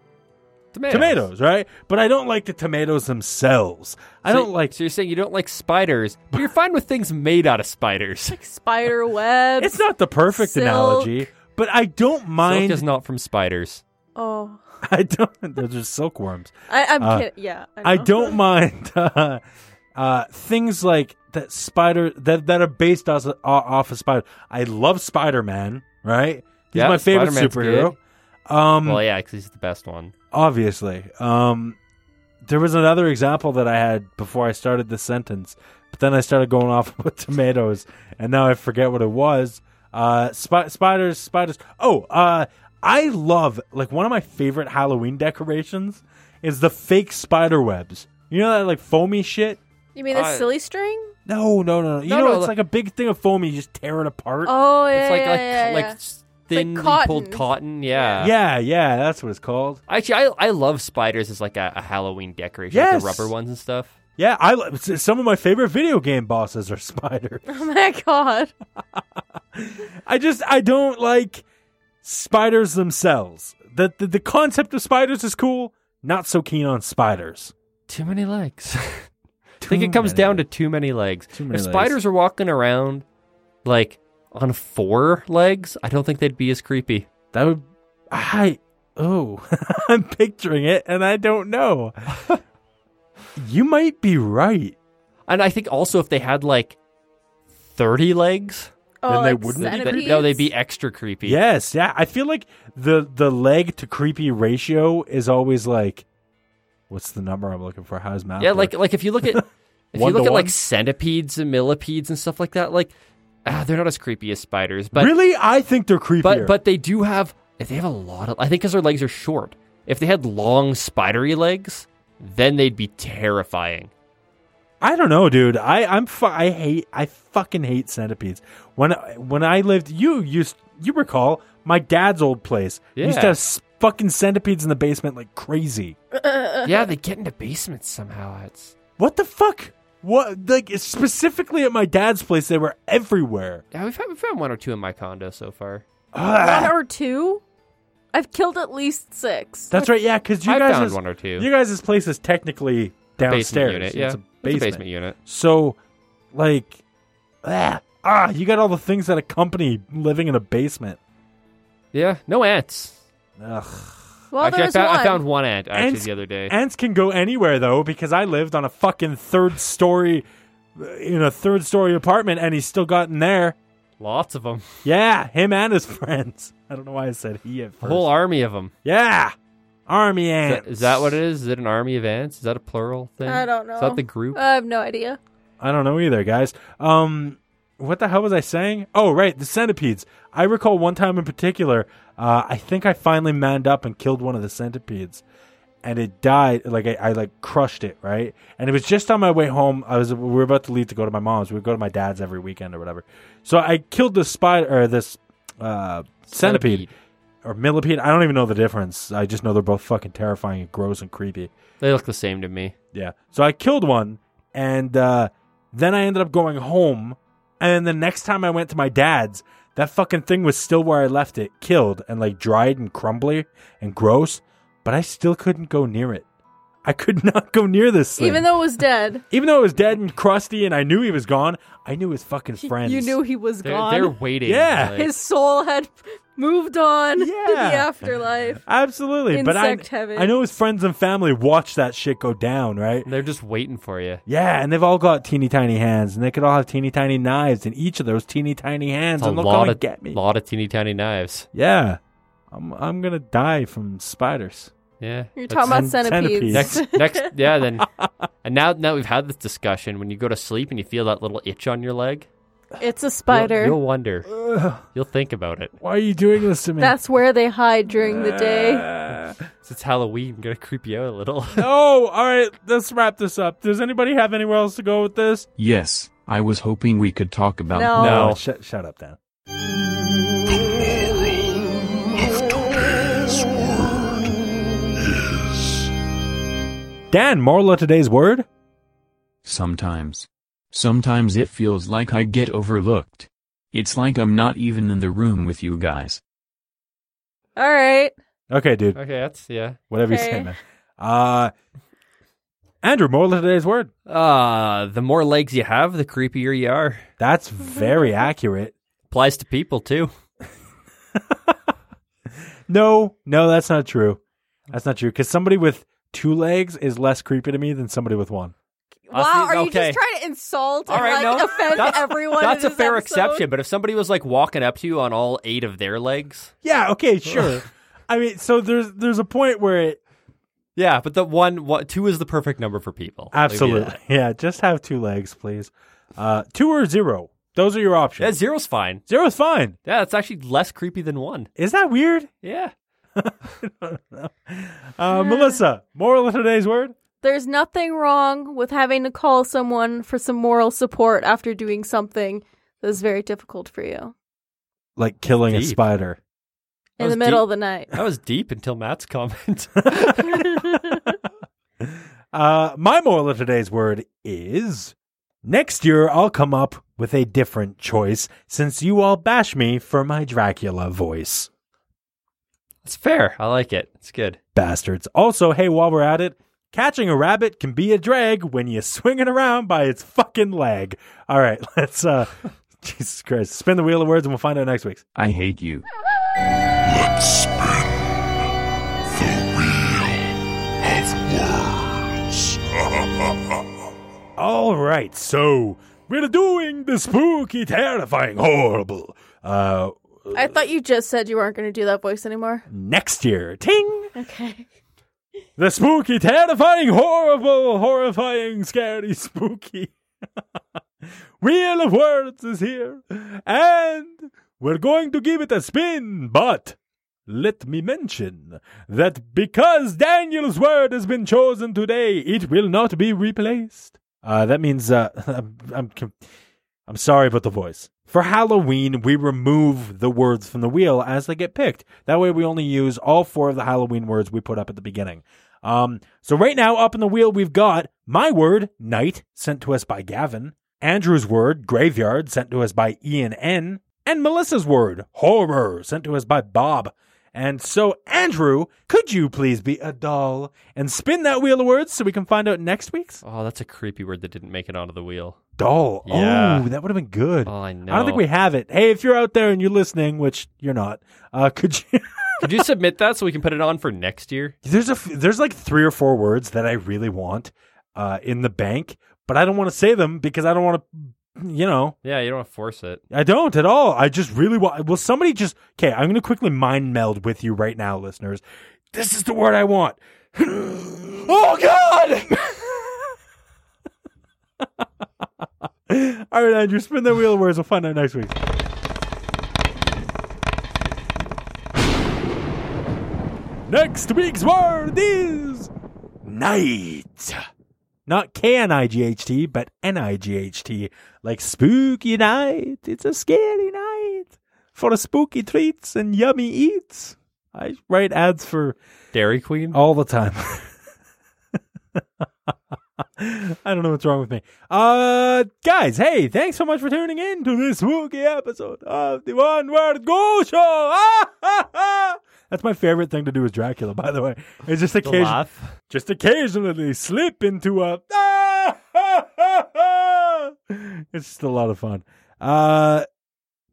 Speaker 2: tomatoes, right? But I don't like the tomatoes themselves. I
Speaker 6: So-
Speaker 2: don't like.
Speaker 6: So you're saying you don't like spiders, but you're fine with things made out of spiders.
Speaker 5: Like spider webs.
Speaker 2: It's not the perfect
Speaker 5: Silk.
Speaker 2: analogy, but I don't
Speaker 6: Silk
Speaker 2: mind.
Speaker 6: is not from spiders.
Speaker 5: Oh,
Speaker 2: I don't. They're just silkworms.
Speaker 5: I, I'm
Speaker 2: Uh,
Speaker 5: kidding. Yeah,
Speaker 2: I
Speaker 5: know.
Speaker 2: don't mind uh, uh, things like that spider that that are based off, off of spider. I love Spider Man. Right, he's
Speaker 6: Yeah,
Speaker 2: my favorite
Speaker 6: Spider-Man's
Speaker 2: superhero. Um,
Speaker 6: Well, yeah, because he's the best one.
Speaker 2: obviously. Um, there was another example that I had before I started this sentence, but then I started going off with tomatoes, and now I forget what it was. Uh, spi- spiders, spiders. Oh, uh, I love like one of my favorite Halloween decorations is the fake spider webs. You know that like foamy shit.
Speaker 5: You mean the
Speaker 6: I-
Speaker 5: silly string?
Speaker 2: No, no, no. no. You
Speaker 6: No,
Speaker 2: know,
Speaker 6: no,
Speaker 2: it's
Speaker 6: like-
Speaker 2: like a big thing of foam. You just tear it apart.
Speaker 5: Oh yeah,
Speaker 6: it's like
Speaker 5: yeah,
Speaker 6: like
Speaker 5: yeah,
Speaker 6: like
Speaker 5: yeah.
Speaker 6: s- thinly pulled
Speaker 5: cotton.
Speaker 6: cotton. Yeah.
Speaker 2: yeah, yeah. That's what it's called.
Speaker 6: Actually, I I love spiders as like a, a Halloween decoration, like
Speaker 2: Yes.
Speaker 6: the rubber ones and stuff.
Speaker 2: Yeah, I lo- s- some of my favorite video game bosses are spiders.
Speaker 5: Oh my god.
Speaker 2: I just I don't like spiders themselves. The, the the concept of spiders is cool. Not so keen on spiders.
Speaker 6: Too many legs. I think it comes down to too many legs.
Speaker 2: Too many
Speaker 6: if
Speaker 2: legs.
Speaker 6: spiders were walking around like on four legs, I don't think they'd be as creepy.
Speaker 2: that would I oh I'm picturing it and I don't know. you might be right.
Speaker 6: And I think also if they had like 30 legs,
Speaker 5: Oh,
Speaker 2: they
Speaker 5: like
Speaker 2: wouldn't be
Speaker 6: th-
Speaker 5: centipedes?
Speaker 6: no, they'd be extra creepy.
Speaker 2: Yes, yeah. I feel like the the leg to creepy ratio is always like what's the number I'm looking for? How's math?
Speaker 6: Yeah,
Speaker 2: work?
Speaker 6: like like if you look at if you
Speaker 2: One to
Speaker 6: look at
Speaker 2: one?
Speaker 6: like centipedes and millipedes and stuff like that, like ah, they're not as creepy as spiders, but
Speaker 2: really I think they're creepier.
Speaker 6: but but they do have they have a lot of I think because their legs are short. If they had long spidery legs, then they'd be terrifying.
Speaker 2: I don't know, dude. I I'm fu- I hate I fucking hate centipedes. When I- when I lived, you used you recall my dad's old place. He Used to
Speaker 6: Yeah.
Speaker 2: have s- fucking centipedes in the basement like crazy.
Speaker 6: yeah, they get into basements somehow. It's
Speaker 2: What the fuck? What like specifically at my dad's place? They were everywhere.
Speaker 6: yeah, we've, had, we've found one or two in my condo so far.
Speaker 2: Ugh.
Speaker 5: one or two. I've killed at least six.
Speaker 2: That's right. Yeah, because you
Speaker 6: I
Speaker 2: guys
Speaker 6: found
Speaker 2: is-
Speaker 6: one or two.
Speaker 2: You guys' place is technically downstairs.
Speaker 6: Basement unit,
Speaker 2: It's
Speaker 6: yeah,
Speaker 2: a basement.
Speaker 6: unit.
Speaker 2: So, like, ah, ah, you got all the things that accompany living in a basement.
Speaker 6: Yeah, no ants.
Speaker 2: Ugh.
Speaker 5: Well,
Speaker 6: actually,
Speaker 5: there
Speaker 6: I, found,
Speaker 5: was one.
Speaker 6: I found one ant actually
Speaker 2: Ants-
Speaker 6: the other day.
Speaker 2: Ants can go anywhere though, because I lived on a fucking third story, in a third story apartment, and he's still gotten there.
Speaker 6: Lots of them,
Speaker 2: Yeah, him and his friends. I don't know why I said he at
Speaker 6: a
Speaker 2: first.
Speaker 6: whole army of them.
Speaker 2: yeah, army
Speaker 6: Is
Speaker 2: ants.
Speaker 6: that, is that what it is? Is it an army of ants? Is that a plural thing?
Speaker 5: I don't know. Uh,
Speaker 6: Is that the group?
Speaker 5: I have no idea.
Speaker 2: I don't know either, guys. Um, what the hell was I saying? Oh, right, the centipedes. I recall one time in particular. Uh, I think I finally manned up and killed one of the centipedes, and it died. Like I, I like crushed it, right? And it was just on my way home. I was we were about to leave to go to my mom's. We would go to my dad's every weekend or whatever. So I killed this spider or this uh, centipede or millipede. I don't even know the difference. I just know they're both fucking terrifying and gross and creepy.
Speaker 6: They look the same to me.
Speaker 2: Yeah. So I killed one, and uh, then I ended up going home. And the next time I went to my dad's, that fucking thing was still where I left it, killed and like dried and crumbly and gross. But I still couldn't go near it. I could not go near this thing.
Speaker 5: Even though it was dead,
Speaker 2: Even though it was dead and crusty, and I knew he was gone, I knew his fucking friends.
Speaker 5: you knew he was
Speaker 6: They're,
Speaker 5: gone.
Speaker 6: they're waiting.
Speaker 2: Yeah.
Speaker 6: like-
Speaker 5: His soul had moved on to
Speaker 2: Yeah.
Speaker 5: the afterlife.
Speaker 2: absolutely. But I,
Speaker 5: Insect heaven.
Speaker 2: I know his friends and family watched that shit go down, right?
Speaker 6: they're just waiting for you.
Speaker 2: Yeah, and they've all got teeny tiny hands, and they could all have teeny tiny knives in each of those teeny tiny hands,
Speaker 6: It's a
Speaker 2: and they'll come
Speaker 6: lot
Speaker 2: and
Speaker 6: of
Speaker 2: get me.
Speaker 6: lot of teeny tiny knives.
Speaker 2: Yeah, I'm I'm gonna die from spiders.
Speaker 6: Yeah.
Speaker 5: You're
Speaker 6: that's-
Speaker 5: talking about
Speaker 2: And centipedes.
Speaker 5: centipedes.
Speaker 6: next next yeah then and now now we've had this discussion when you go to sleep and you feel that little itch on your leg
Speaker 5: It's a
Speaker 6: you'll-
Speaker 5: spider.
Speaker 6: you'll, wonder you'll think about it
Speaker 2: Why are you doing this to me? Ah.
Speaker 5: That's where they hide during the
Speaker 6: Uh,
Speaker 5: day.
Speaker 6: Since it's halloween i'm gonna creep you out a little
Speaker 2: oh, all right. Let's wrap this up. Does anybody have anywhere else to go with this?
Speaker 4: Yes, I was hoping we could talk about
Speaker 5: No.
Speaker 2: Oh,
Speaker 6: No.
Speaker 2: shut shut up, Dan.
Speaker 7: Of today's word is.
Speaker 2: Dan, moral of today's word.
Speaker 4: Sometimes. Sometimes it feels like I get overlooked. It's like I'm not even in the room with you guys.
Speaker 5: All right.
Speaker 2: Okay, dude.
Speaker 6: okay that's yeah
Speaker 2: Whatever you say,
Speaker 5: Okay.
Speaker 2: man. Uh, Andrew, moral of today's word.
Speaker 6: uh the more legs you have the creepier you are
Speaker 2: That's very accurate.
Speaker 6: applies to people too
Speaker 2: No, no, that's not true. That's not true. Because somebody with two legs is less creepy to me than somebody with one.
Speaker 6: I'll
Speaker 5: Wow,
Speaker 6: see-
Speaker 5: are you
Speaker 6: okay.
Speaker 5: just trying to insult
Speaker 6: All
Speaker 5: and
Speaker 6: right,
Speaker 5: like
Speaker 6: no,
Speaker 5: offend
Speaker 6: that's-
Speaker 5: everyone? in
Speaker 6: that's a
Speaker 5: this
Speaker 6: fair
Speaker 5: episode?
Speaker 6: exception but if somebody was like walking up to you on all eight of their legs
Speaker 2: Yeah, okay, sure. I mean, so there's there's a point where it
Speaker 6: yeah but the one what two is the perfect number for people Like,
Speaker 2: absolutely.
Speaker 6: yeah.
Speaker 2: Yeah, just have two legs, please. Uh, two or zero. Those are your
Speaker 6: yeah
Speaker 2: options.
Speaker 6: zero's fine
Speaker 2: Zero's fine.
Speaker 6: yeah that's actually less creepy than one
Speaker 2: Is that weird?
Speaker 6: yeah
Speaker 2: Uh, Melissa, moral of today's word?
Speaker 5: There's nothing wrong with having to call someone for some moral support after doing something that is very difficult for you
Speaker 2: Like killing a
Speaker 6: Deep.
Speaker 2: spider.
Speaker 6: That
Speaker 5: in
Speaker 6: was
Speaker 5: the middle
Speaker 6: deep.
Speaker 5: of the night.
Speaker 6: That was deep until Matt's comment.
Speaker 2: Uh, my moral of today's word is next year I'll come up with a different choice since you all bash me for my Dracula voice.
Speaker 6: it's fair. I like it. It's good.
Speaker 2: bastards. Also, hey, while we're at it, Catching a rabbit can be a drag when you swing it around by its fucking leg. All right, let's uh Jesus Christ. Spin the wheel of words and we'll find out next week.
Speaker 4: I hate you.
Speaker 7: Let's spin the wheel of words.
Speaker 2: All right, so we're doing the spooky, terrifying, horrible. Uh
Speaker 5: I thought you just said you weren't going to do that voice anymore.
Speaker 2: next year. Ting!
Speaker 5: Okay.
Speaker 2: The spooky, terrifying, horrible, horrifying, scary, spooky. Wheel of Words is here. And we're going to give it a spin, but let me mention that because Daniel's word has been chosen today, it will not be replaced. Uh, that means uh, I'm, I'm, com- I'm sorry about the voice. For Halloween, we remove the words from the wheel as they get picked. That way, we only use all four of the Halloween words we put up at the beginning. Um, so right now, up in the wheel, we've got my word, night, sent to us by Gavin. Andrew's word, graveyard, sent to us by Ian N. And Melissa's word, horror, sent to us by Bob. And so, Andrew, could you please be a doll and spin that wheel of words so we can find out next week's
Speaker 6: Oh, that's a creepy word that didn't make it onto the wheel.
Speaker 2: doll?
Speaker 6: Yeah.
Speaker 2: Oh, that would have been good.
Speaker 6: Oh, I know.
Speaker 2: I don't think we have it. Hey, if you're out there and you're listening, which you're not, uh, could you?
Speaker 6: Could you submit that so we can put it on for next year?
Speaker 2: there's a f- there's like three or four words that I really want uh, in the bank, but I don't want to say them because I don't want to. You know,
Speaker 6: Yeah, you don't want to force it.
Speaker 2: I don't at all. I just really want. Will somebody just? Okay, I'm going to quickly mind meld with you right now, listeners. This is the word I want. oh God! all right, Andrew, spin that wheel of words. We'll find out next week. Next week's word is night. Not K N I G H T, but N I G H T. Like spooky night. It's a scary night for spooky treats and yummy eats. I write ads for
Speaker 6: Dairy Queen?
Speaker 2: all the time. I don't know what's wrong with me. Uh, guys, hey, thanks so much for tuning in to this spooky episode of the One Word Go Show. Ah, ha, ha. That's my favorite thing to do with Dracula, by the way. It's just
Speaker 6: The
Speaker 2: occasion-
Speaker 6: laugh?
Speaker 2: just occasionally slip into a. Ah, ha, ha, ha. It's just a lot of fun. Uh,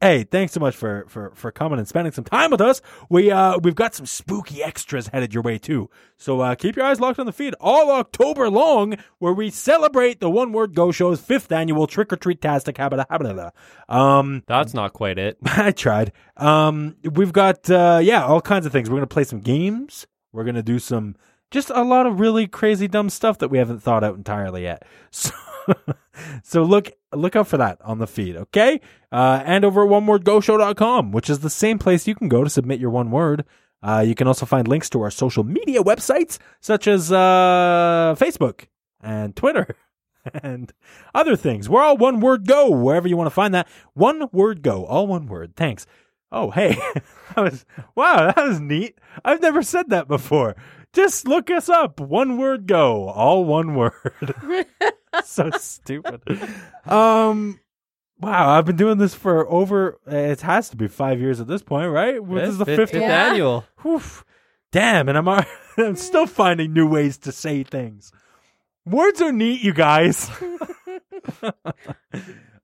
Speaker 2: hey, thanks so much for for for coming and spending some time with us. We uh we've got some spooky extras headed your way too. So uh, keep your eyes locked on the feed all October long, where we celebrate the One Word Go Show's fifth annual Trick or Treat Tastic. Habla- habla- habla. Um,
Speaker 6: That's not quite it.
Speaker 2: I tried. Um, we've got uh, yeah, all kinds of things. We're gonna play some games. We're gonna do some just a lot of really crazy dumb stuff that we haven't thought out entirely yet. So, so look look out for that on the feed, okay? Uh, and over at onewordgoshow.com, which is the same place you can go to submit your one word. Uh, you can also find links to our social media websites such as uh, Facebook and Twitter and other things. We're all one word go wherever you want to find that. One word go, all one word. Thanks. Oh, hey, that was wow, that was neat. I've never said that before. Just look us up. One word go, all one word. so stupid. Um, wow, I've been doing this for over. It has to be five years at this point, right? This is the
Speaker 6: Fifth-
Speaker 2: fifth
Speaker 6: fifth
Speaker 5: Yeah.
Speaker 6: annual.
Speaker 2: Oof. Damn, and I'm al- I'm still finding new ways to say things. Words are neat, you guys.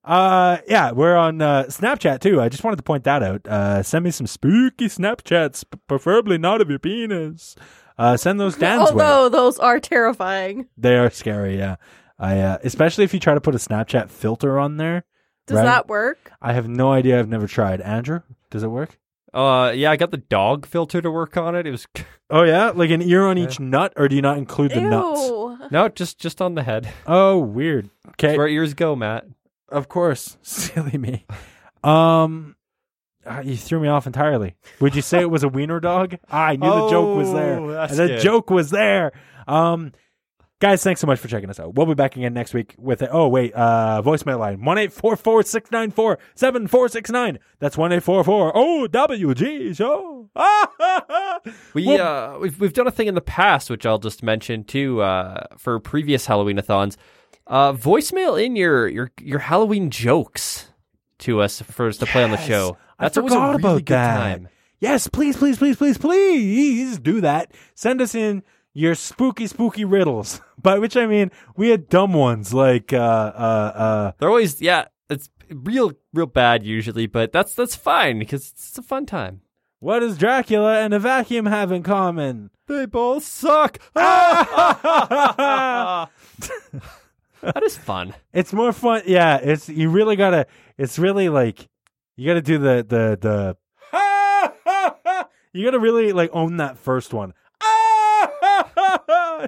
Speaker 2: uh yeah, we're on uh, Snapchat too. I just wanted to point that out. Uh send me some spooky Snapchats, p- preferably not of your penis. Uh send those Dan's way.
Speaker 5: Although those are terrifying.
Speaker 2: They are scary, yeah. I uh, especially if you try to put a Snapchat filter on there.
Speaker 5: Does
Speaker 2: Right.
Speaker 5: that work?
Speaker 2: I have no idea. I've never tried. Andrew, does it work?
Speaker 6: Uh, yeah, I got the dog filter to work on it. It was
Speaker 2: Oh yeah, like an ear on each nut, or do you not include the
Speaker 5: Ew.
Speaker 2: nuts?
Speaker 6: no, just just on the head.
Speaker 2: Oh, weird. Okay,
Speaker 6: It's where ears go, Matt.
Speaker 2: of course, silly me. Um, ah, you threw me off entirely. Would you say it was a wiener dog? Ah, I knew the joke was
Speaker 6: Oh,
Speaker 2: there.
Speaker 6: that's
Speaker 2: The
Speaker 6: good.
Speaker 2: joke was there. Um, guys, thanks so much for checking us out. We'll be back again next week with it. Oh wait, uh, voicemail line one eight four four six nine four seven four six nine. That's one eight four four O W G show.
Speaker 6: We
Speaker 2: Well-
Speaker 6: uh, we've we've done a thing in the past, which I'll just mention too. Uh, for previous Halloweenathons, uh, voicemail in your your your Halloween jokes to us for us to play on the
Speaker 2: Yes.
Speaker 6: show.
Speaker 2: I
Speaker 6: That's always a
Speaker 2: forgot
Speaker 6: really
Speaker 2: about
Speaker 6: good
Speaker 2: that.
Speaker 6: time.
Speaker 2: Yes, please, please, please, please, please do that. Send us in your spooky, spooky riddles. By which I mean we had dumb ones like uh, uh, uh,
Speaker 6: They're always yeah, it's real real bad usually, but that's that's fine because it's a fun time.
Speaker 2: what does Dracula and a vacuum have in common?
Speaker 6: They both suck. that is fun.
Speaker 2: It's more fun. Yeah, it's you really gotta. It's really like you gotta do the the the. You gotta really like own that first one.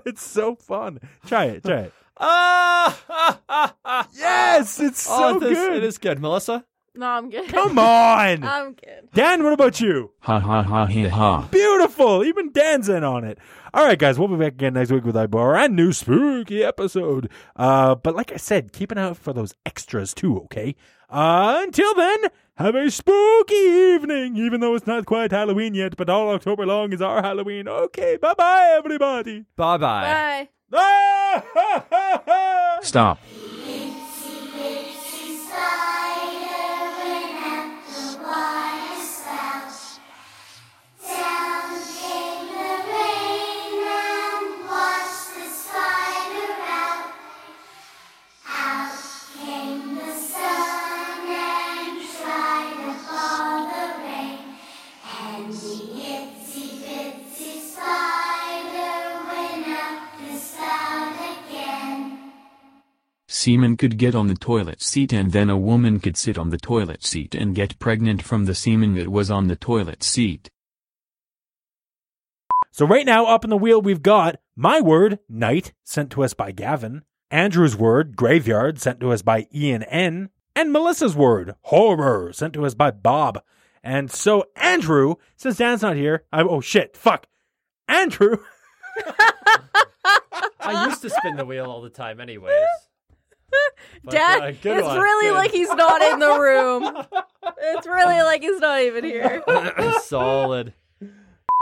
Speaker 2: It's so fun. Try it. Try it.
Speaker 6: Ah,
Speaker 2: Yes, it's so
Speaker 6: oh, it is-
Speaker 2: good. Uh,
Speaker 6: It is good, Melissa.
Speaker 5: No, I'm good.
Speaker 2: Come on,
Speaker 5: I'm good.
Speaker 2: Dan. What about you?
Speaker 4: Ha ha ha ha ha.
Speaker 2: Beautiful. Even Dan's in on it. All right, guys. We'll be back again next week with a brand new spooky episode. Uh, but like I said, keep an eye out for those extras too, okay? Uh, until then, have a spooky evening, even though it's not quite Halloween yet, but all October long is our Halloween. Okay, bye bye, everybody.
Speaker 6: Bye-bye.
Speaker 5: Bye.
Speaker 2: Ah!
Speaker 4: Stop. Semen could get on the toilet seat and then a woman could sit on the toilet seat and get pregnant from the semen that was on the toilet seat.
Speaker 2: So right now, up in the wheel, we've got my word, night, sent to us by Gavin. Andrew's word, graveyard, sent to us by Ian N. And Melissa's word, horror, sent to us by Bob. And so Andrew, since Dan's not here, I oh shit, fuck, Andrew.
Speaker 6: I used to spin the wheel all the time, anyways. uh,
Speaker 5: Dad, it's really like he's not in the room. it's really like he's not even here.
Speaker 6: solid.